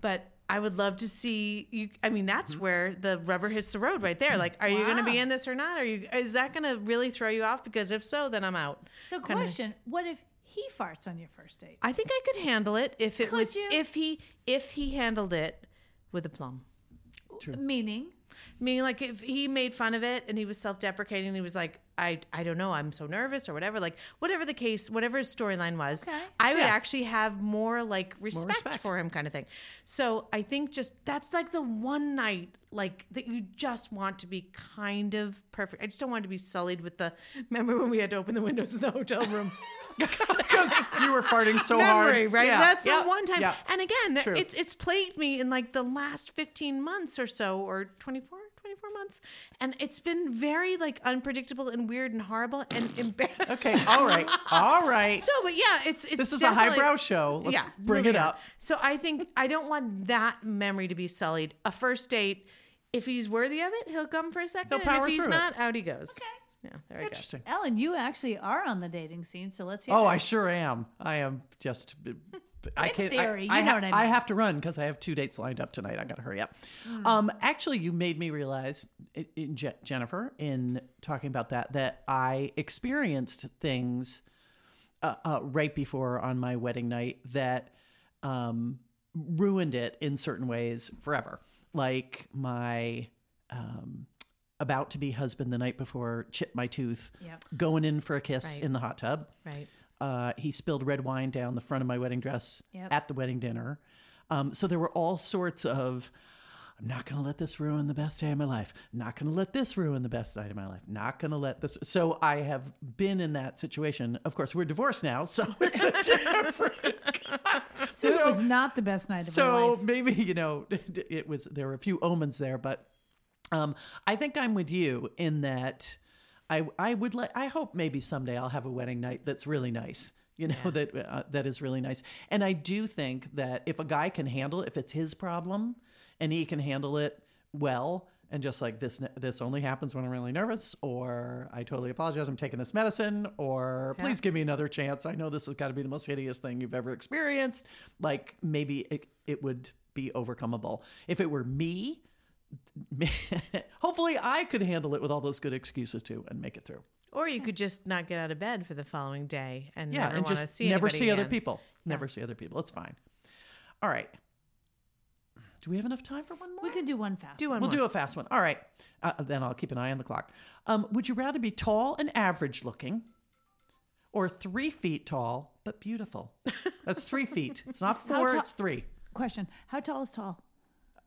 Speaker 2: but I would love to see you. I mean, that's
Speaker 1: Mm-hmm.
Speaker 2: where the rubber hits the road right there. Like, are you going to be
Speaker 3: Wow.
Speaker 2: in this or not? Are you, is that going to really throw you off? Because if so, then I'm out.
Speaker 3: So,
Speaker 2: Kinda-
Speaker 3: question: What if he farts on your first date?
Speaker 2: I think I could handle it if it
Speaker 3: Could
Speaker 2: was
Speaker 3: you?
Speaker 2: if he if he handled it with aplomb.
Speaker 1: True.
Speaker 3: Meaning,
Speaker 2: Meaning, like if he made fun of it and he was self-deprecating, and he was like, "I I don't know, I'm so nervous" or whatever. Like whatever the case, whatever his storyline was,
Speaker 3: Okay.
Speaker 2: I would
Speaker 1: Yeah.
Speaker 2: actually have more like respect,
Speaker 1: respect.
Speaker 2: for him, kind of thing. So I think just that's like the one night like that you just want to be kind of perfect. I just don't want to be sullied with the. Remember when we had to open the windows in the hotel room?
Speaker 1: Because you were farting so
Speaker 2: memory,
Speaker 1: hard.
Speaker 2: right?
Speaker 1: Yeah.
Speaker 2: That's
Speaker 1: Yeah.
Speaker 2: the one time.
Speaker 1: Yeah.
Speaker 2: And again,
Speaker 1: True.
Speaker 2: it's it's plagued me in like the last 15 months or so or 24 24 months and it's been very like unpredictable and weird and horrible and embarrassing.
Speaker 1: okay. All right. All right.
Speaker 2: So, but yeah, it's it's
Speaker 1: this is a
Speaker 2: definitely-
Speaker 1: highbrow show. Let's bring it
Speaker 2: moving on.
Speaker 1: up.
Speaker 2: So I think I don't want that memory to be sullied. A first date, if he's worthy of it, he'll come for a 2nd
Speaker 1: He'll power
Speaker 2: and if he's
Speaker 1: through it.
Speaker 2: not, out he goes.
Speaker 3: Okay.
Speaker 2: Yeah, there you go.
Speaker 1: Interesting.
Speaker 3: eh, Ellen, you actually are on the dating scene, so let's hear.
Speaker 1: Oh,
Speaker 3: it.
Speaker 1: I sure am. I am just. I
Speaker 3: In
Speaker 1: can't.
Speaker 3: theory,
Speaker 1: I, I,
Speaker 3: you know
Speaker 1: ha-
Speaker 3: what I
Speaker 1: I
Speaker 3: mean. Hmm.
Speaker 1: have to run because I have two dates lined up tonight. I got to hurry up. Um, actually, you made me realize, i- in Je- Jennifer, in talking about that, that I experienced things uh, uh, right before on my wedding night that um, ruined it in certain ways forever. Like my um, about to be husband the night before chipped my tooth,
Speaker 3: Yep.
Speaker 1: going in for a kiss
Speaker 2: Right.
Speaker 1: in the hot tub.
Speaker 2: Right.
Speaker 1: Uh, he spilled red wine down the front of my wedding dress
Speaker 3: Yep.
Speaker 1: at the wedding dinner. Um, so there were all sorts of, I'm not going to let this ruin the best day of my life. Not going to let this ruin the best night of my life. Not going to let this. So I have been in that situation. Of course, we're divorced now, so it's a different.
Speaker 3: so it was not the best night of my
Speaker 1: so
Speaker 3: life.
Speaker 1: maybe you know, it was there were a few omens there, but um, I think I'm with you in that I I would like I hope maybe someday I'll have a wedding night that's really nice. You know that uh, that is really nice. And I do think that if a guy can handle it, if it's his problem and he can handle it well and just like this ne- this only happens when I'm really nervous or I totally apologize I'm taking this medicine or please give me another chance. I know this has got to be the most hideous thing you've ever experienced. Like maybe it, it would be overcomable. If it were me, hopefully I could handle it with all those good excuses too and make it through.
Speaker 2: Or you could just not get out of bed for the following day and
Speaker 1: Yeah,
Speaker 2: never
Speaker 1: and
Speaker 2: want to
Speaker 1: just
Speaker 2: see
Speaker 1: never
Speaker 2: anybody
Speaker 1: see other
Speaker 2: again.
Speaker 1: people. Never see other people. It's fine. All right. Do we have enough time for one more?
Speaker 3: We could do one fast.
Speaker 2: Do one
Speaker 1: we'll
Speaker 2: more.
Speaker 1: do a fast one. All right. Uh, then I'll keep an eye on the clock. Um, would you rather be tall and average looking or three feet tall but beautiful? That's three feet. It's not
Speaker 3: How
Speaker 1: four,
Speaker 3: tall-
Speaker 1: it's three.
Speaker 3: Question: How tall is tall?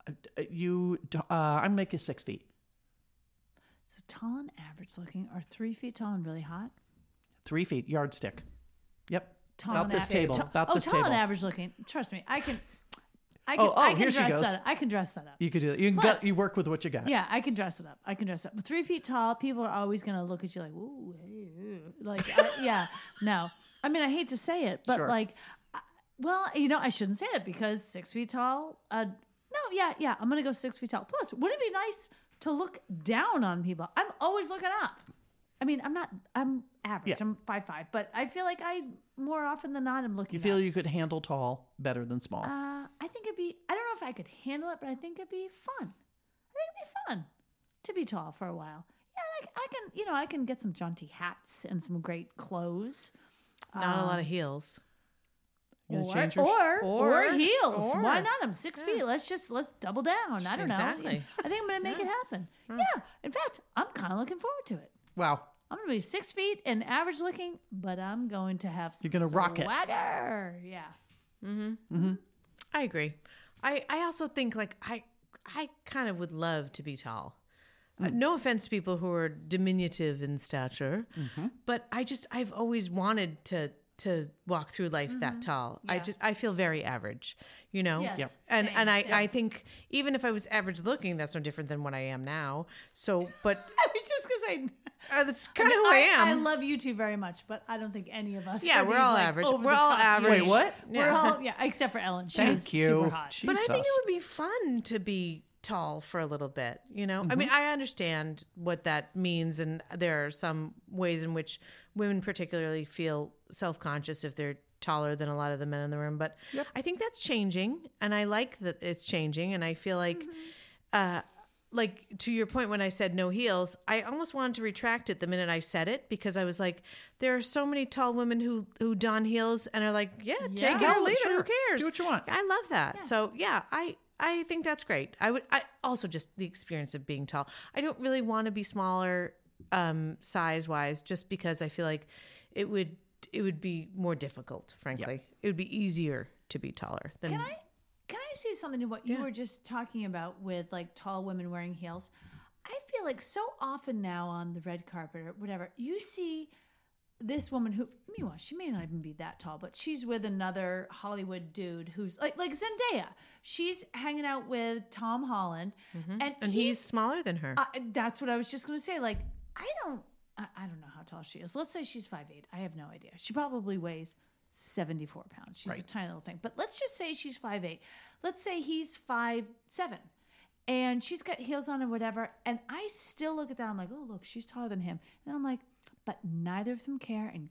Speaker 1: Uh, You, uh, I'm making six feet.
Speaker 3: So tall and average looking, or three feet tall and really hot?
Speaker 1: Three feet, yardstick. Yep.
Speaker 3: Tall
Speaker 1: about
Speaker 3: and
Speaker 1: this
Speaker 3: average.
Speaker 1: table. about
Speaker 3: oh,
Speaker 1: this
Speaker 3: tall
Speaker 1: table.
Speaker 3: and average looking. Trust me, I can. I can.
Speaker 1: Oh, oh,
Speaker 3: I can
Speaker 1: here she
Speaker 3: dress
Speaker 1: goes.
Speaker 3: that. Up. I can dress that up.
Speaker 1: You could do that. You can
Speaker 3: Plus-
Speaker 1: gut, you work with what you got.
Speaker 3: Yeah, I can dress it up. I can dress it up. But three feet tall, people are always going to look at you like, ooh, hey, ooh." like, I, yeah, no. I mean, I hate to say it, but
Speaker 1: Sure.
Speaker 3: like, I- well, you know, I shouldn't say it because six feet tall. Uh, no, yeah, yeah, I'm going to go six feet tall. Plus, would it be nice to look down on people? I'm always looking up. I mean, I'm not. I'm average.
Speaker 1: Yeah.
Speaker 3: I'm five five, but I feel like I more often than not am looking.
Speaker 1: You feel
Speaker 3: up.
Speaker 1: you could handle tall better than small.
Speaker 3: Uh, I think it'd be. I don't know if I could handle it, but I think it'd be fun. I think it'd be fun to be tall for a while. Yeah, I, I can. You know, I can get some jaunty hats and some great clothes.
Speaker 2: Not a lot of heels.
Speaker 1: You gonna
Speaker 3: or,
Speaker 1: change your-
Speaker 3: or, or
Speaker 2: Or-
Speaker 3: heels. Why
Speaker 2: or.
Speaker 3: not? I'm six feet. Let's just let's double down. I don't know.
Speaker 2: Exactly.
Speaker 3: I think I'm gonna make it happen. Yeah. In fact, I'm kind of looking forward to it.
Speaker 1: wow.
Speaker 3: I'm gonna be six feet and average looking, but I'm going to have some
Speaker 1: You're gonna rock it.
Speaker 3: swagger. Yeah.
Speaker 2: I agree. I, I also think like I I kind of would love to be tall. Uh, no offense to people who are diminutive in stature, but I just I've always wanted to to walk through life that tall. I
Speaker 3: Yeah.
Speaker 2: just I feel very average, you know.
Speaker 3: Yes, Yep.
Speaker 2: And
Speaker 3: same,
Speaker 2: and I
Speaker 3: same.
Speaker 2: I think even if I was average looking, that's no different than what I am now. So, but
Speaker 3: I was just because I.
Speaker 2: uh, that's kind of who I, am.
Speaker 3: I love you two very much, but I don't think any of us.
Speaker 2: Yeah,
Speaker 3: are
Speaker 2: we're
Speaker 3: these,
Speaker 2: all
Speaker 3: like,
Speaker 2: average.
Speaker 3: over the
Speaker 2: We're all
Speaker 3: top
Speaker 2: average.
Speaker 1: Wait, what?
Speaker 3: We're
Speaker 2: Yeah.
Speaker 3: all yeah, except for Ellen. She's
Speaker 1: Thank you.
Speaker 3: super hot.
Speaker 1: Jesus.
Speaker 2: But I think it would be fun to be tall for a little bit, you know? I mean, I understand what that means, and there are some ways in which women, particularly, feel self conscious if they're taller than a lot of the men in the room. But I think that's changing, and I like that it's changing, and I feel like. Uh, like to your point when I said no heels, I almost wanted to retract it the minute I said it because I was like, there are so many tall women who who don heels and are like, yeah, take it
Speaker 1: Yeah,
Speaker 2: or leave it,
Speaker 1: sure.
Speaker 2: who cares?
Speaker 1: Do what you want.
Speaker 2: I love that. So yeah, I I think that's great. I would I also just the experience of being tall. I don't really want to be smaller um size wise just because I feel like it would it would be more difficult, frankly. It would be easier to be taller than
Speaker 3: Can I can I say something to what you were just talking about with like tall women wearing heels? I feel like so often now on the red carpet or whatever, you see this woman who meanwhile she may not even be that tall, but she's with another Hollywood dude who's like like Zendaya. She's hanging out with Tom Holland, and,
Speaker 2: Mm-hmm. and
Speaker 3: he-
Speaker 2: he's smaller than her.
Speaker 3: uh, that's what I was just going to say. Like I don't I, I don't know how tall she is. Let's say she's five eight. I have no idea. She probably weighs 74 pounds. She's a tiny little thing. But let's just say she's 5'8. Let's say he's 5'7. And she's got heels on and whatever. And I still look at that. I'm like, oh, look, she's taller than him. And I'm like, but neither of them care. And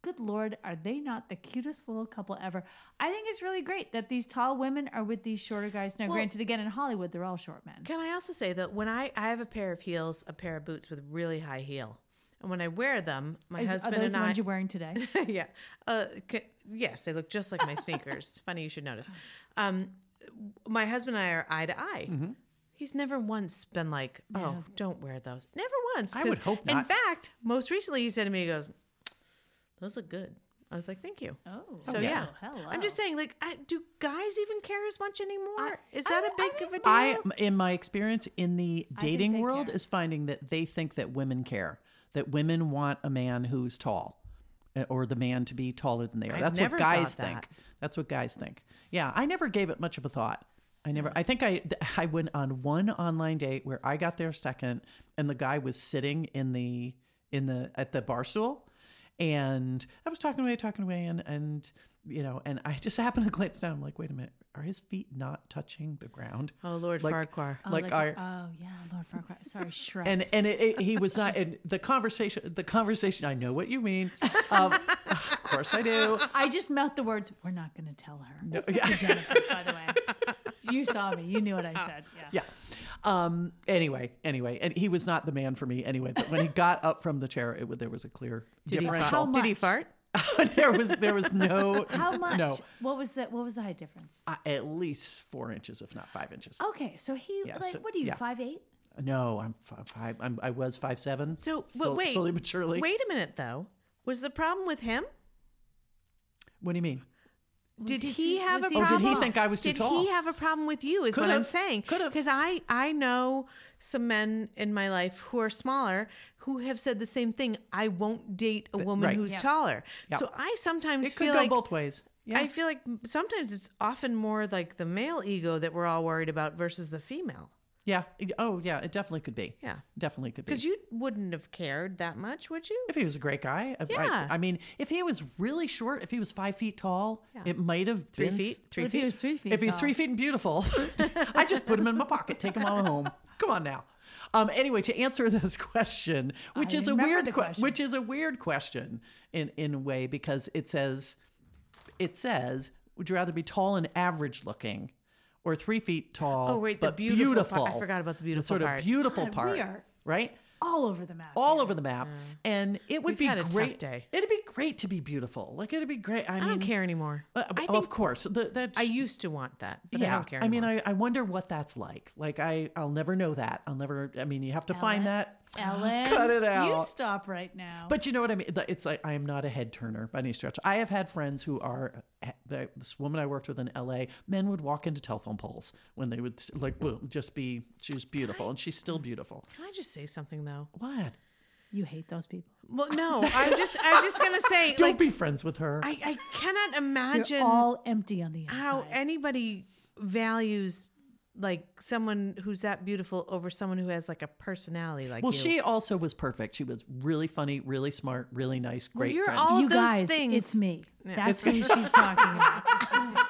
Speaker 3: good Lord, are they not the cutest little couple ever? I think it's really great that these tall women are with these shorter guys. Now,
Speaker 2: Well-
Speaker 3: granted, again, in Hollywood, they're all short men.
Speaker 2: Can I also say that when I I have a pair of heels, a pair of boots with really high heel, and when I wear them, my
Speaker 3: Is-
Speaker 2: husband
Speaker 3: are those
Speaker 2: and
Speaker 3: the
Speaker 2: I
Speaker 3: ones you're wearing today?
Speaker 2: yeah. Uh, c- yes, they look just like my sneakers. Funny you should notice. Um, my husband and I are eye to eye.
Speaker 3: Mm-hmm.
Speaker 2: He's never once been like, "Oh, don't wear those." Never once.
Speaker 1: I
Speaker 2: 'cause-
Speaker 1: would hope
Speaker 2: In
Speaker 1: not.
Speaker 2: fact, most recently he said to me, "He goes, those look good." I was like, "Thank you."
Speaker 3: Oh,
Speaker 2: So yeah, I'm just saying, like, I, do guys even care as much anymore? Is that a
Speaker 3: I
Speaker 2: big of a deal?
Speaker 1: I, in my experience in the
Speaker 3: think
Speaker 1: dating
Speaker 3: they
Speaker 1: world,
Speaker 3: care.
Speaker 1: is finding that they think that women care, that women want a man who's tall, eh, or the man to be taller than they are.
Speaker 2: I've
Speaker 1: That's
Speaker 2: never
Speaker 1: what guys
Speaker 2: thought that.
Speaker 1: think. That's what guys think. Yeah, I never gave it much of a thought. I never. I think I th- I went on one online date where I got there second, and the guy was sitting in the in the at the bar stool, and I was talking away, talking away, and and you know, and I just happened to glance down. I'm like, wait a minute, are his feet not touching the ground?
Speaker 2: oh Lord
Speaker 1: like- uh,
Speaker 2: Farquhar.
Speaker 1: like, our
Speaker 3: oh yeah, Lord Farquaad. Sorry, Shrek.
Speaker 1: and and it, it, he was not and the conversation the conversation i know what you mean um, of course i do
Speaker 3: I just mouth the words. We're not going to tell her.
Speaker 1: No, yeah,
Speaker 3: To Jennifer, by the way, you saw me. You knew what I said. Yeah.
Speaker 1: yeah um anyway anyway and he was not the man for me anyway but when he got up from the chair it, wa- there was a clear
Speaker 2: Did he fart?
Speaker 1: differential
Speaker 3: How
Speaker 2: Did he
Speaker 3: much?
Speaker 2: fart?
Speaker 1: there was there was no
Speaker 3: How much?
Speaker 1: no
Speaker 3: What was that? What was the height difference?
Speaker 1: uh, at least four inches if not five inches
Speaker 2: Oh.
Speaker 3: Okay, so he
Speaker 1: Yeah,
Speaker 3: like
Speaker 1: so-
Speaker 3: what are you
Speaker 1: yeah.
Speaker 3: five eight?
Speaker 1: no i'm five, five I'm, i was five seven
Speaker 2: So, but
Speaker 1: Sol-
Speaker 2: wait,
Speaker 1: slowly but surely
Speaker 2: Wait a minute, though. Was the problem with him?
Speaker 1: what do you mean
Speaker 2: Did
Speaker 3: he
Speaker 2: he,
Speaker 3: too-
Speaker 2: have a
Speaker 3: was he
Speaker 2: problem?
Speaker 1: Or
Speaker 2: Oh,
Speaker 3: too
Speaker 1: did he tall? think I was too
Speaker 2: did
Speaker 1: tall?
Speaker 2: he have a problem with you? Is what
Speaker 1: Could've.
Speaker 2: I'm saying.
Speaker 1: Could've.
Speaker 2: Because I I know some men in my life who are smaller who have said the same thing. I won't date a woman
Speaker 1: right.
Speaker 2: who's
Speaker 3: Yeah.
Speaker 2: taller. So I sometimes
Speaker 1: it could
Speaker 2: feel
Speaker 1: go
Speaker 2: like
Speaker 1: both ways yeah
Speaker 2: I feel like sometimes it's often more like the male ego that we're all worried about versus the female.
Speaker 1: yeah oh yeah it definitely could be
Speaker 2: Yeah.
Speaker 1: definitely could be
Speaker 2: Because you wouldn't have cared that much, would you?
Speaker 1: If he was a great guy, I- I-
Speaker 2: Yeah.
Speaker 1: I, mean, if he was really short, if he was five feet tall, it might have
Speaker 2: Three
Speaker 1: been
Speaker 2: feet.
Speaker 1: s-
Speaker 2: Three
Speaker 3: if he
Speaker 2: feet.
Speaker 3: was three feet?
Speaker 1: If he was three feet and beautiful, I just put him in my pocket, take him all home. Come on now. Um, anyway, to answer this question, which
Speaker 3: I
Speaker 1: is a
Speaker 3: remember
Speaker 1: weird,
Speaker 3: the
Speaker 1: que-
Speaker 3: question.
Speaker 1: which is a weird question in in a way because it says, it says, would you rather be tall and average looking, or three feet tall?
Speaker 2: Oh, wait, the
Speaker 1: but
Speaker 2: beautiful part. I forgot about the beautiful
Speaker 1: sort
Speaker 2: part.
Speaker 1: of beautiful
Speaker 3: God, we
Speaker 1: part,
Speaker 3: are-
Speaker 1: right?
Speaker 3: all over the map.
Speaker 1: all over the map, and it would
Speaker 2: Mm. We've
Speaker 1: be
Speaker 2: had a tough
Speaker 1: great.
Speaker 2: day.
Speaker 1: It'd be great to be beautiful. Like it'd be great. I,
Speaker 2: I
Speaker 1: mean,
Speaker 2: don't care anymore.
Speaker 1: uh,
Speaker 2: I
Speaker 1: of
Speaker 2: think
Speaker 1: course, the, that's
Speaker 2: I used to want that, but
Speaker 1: yeah.
Speaker 2: I don't care.
Speaker 1: I
Speaker 2: Anymore.
Speaker 1: mean, I, I wonder what that's like. Like I, I'll never know that. I'll never. I mean, you have to find that.
Speaker 3: Ellen,
Speaker 1: Cut it
Speaker 3: You
Speaker 1: out.
Speaker 3: stop right now.
Speaker 1: But you know what I mean? The- It's like I am not a head turner by any stretch. I have had friends who are eh, the- this woman I worked with in LA. Men would walk into telephone poles when they would like boom, just be she was beautiful and she's still beautiful.
Speaker 2: Can I just say something though?
Speaker 1: What?
Speaker 3: You hate those people.
Speaker 2: Well, no, I'm just I'm just gonna say
Speaker 1: Don't
Speaker 2: like
Speaker 1: be friends with her.
Speaker 2: I, I cannot
Speaker 3: They're
Speaker 2: imagine
Speaker 3: all empty on the inside.
Speaker 2: how anybody values like someone who's that beautiful over someone who has like a personality like
Speaker 1: well,
Speaker 2: you.
Speaker 1: she also was perfect. She was really funny, really smart, really nice, great
Speaker 2: you're
Speaker 1: friend.
Speaker 2: all
Speaker 3: you
Speaker 2: those
Speaker 3: guys,
Speaker 2: things-
Speaker 3: it's me. That's who she's talking about.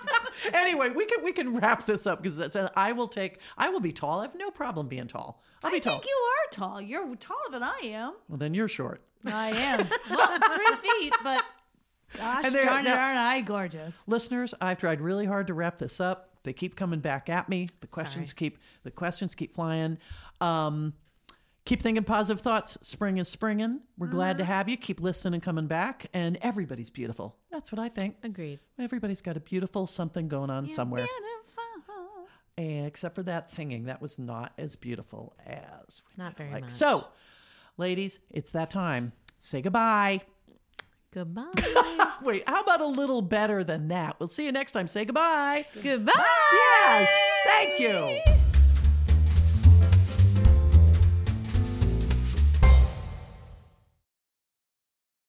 Speaker 1: anyway, we can we can wrap this up because I will take. I will be tall. I have no problem being tall. I'll be
Speaker 3: I
Speaker 1: tall.
Speaker 3: think you are tall. You're taller than I am.
Speaker 1: well, then you're short.
Speaker 3: I am. Well, three feet, but gosh
Speaker 1: And there-
Speaker 3: darn it,
Speaker 1: now-
Speaker 3: aren't I gorgeous?
Speaker 1: listeners i've tried really hard to wrap this up they keep coming back at me the questions keep the questions keep flying um, keep thinking positive thoughts spring is springing we're glad to have you keep listening and coming back and everybody's beautiful that's what i think
Speaker 2: agreed
Speaker 1: everybody's got a beautiful something going on somewhere
Speaker 3: Beautiful.
Speaker 1: Eh, except for that singing that was not as beautiful as we
Speaker 2: Not very
Speaker 1: like
Speaker 2: much.
Speaker 1: so ladies it's that time say goodbye
Speaker 2: goodbye
Speaker 1: wait how about a little better than that we'll see you next time say goodbye
Speaker 2: goodbye
Speaker 1: Yes. Thank you.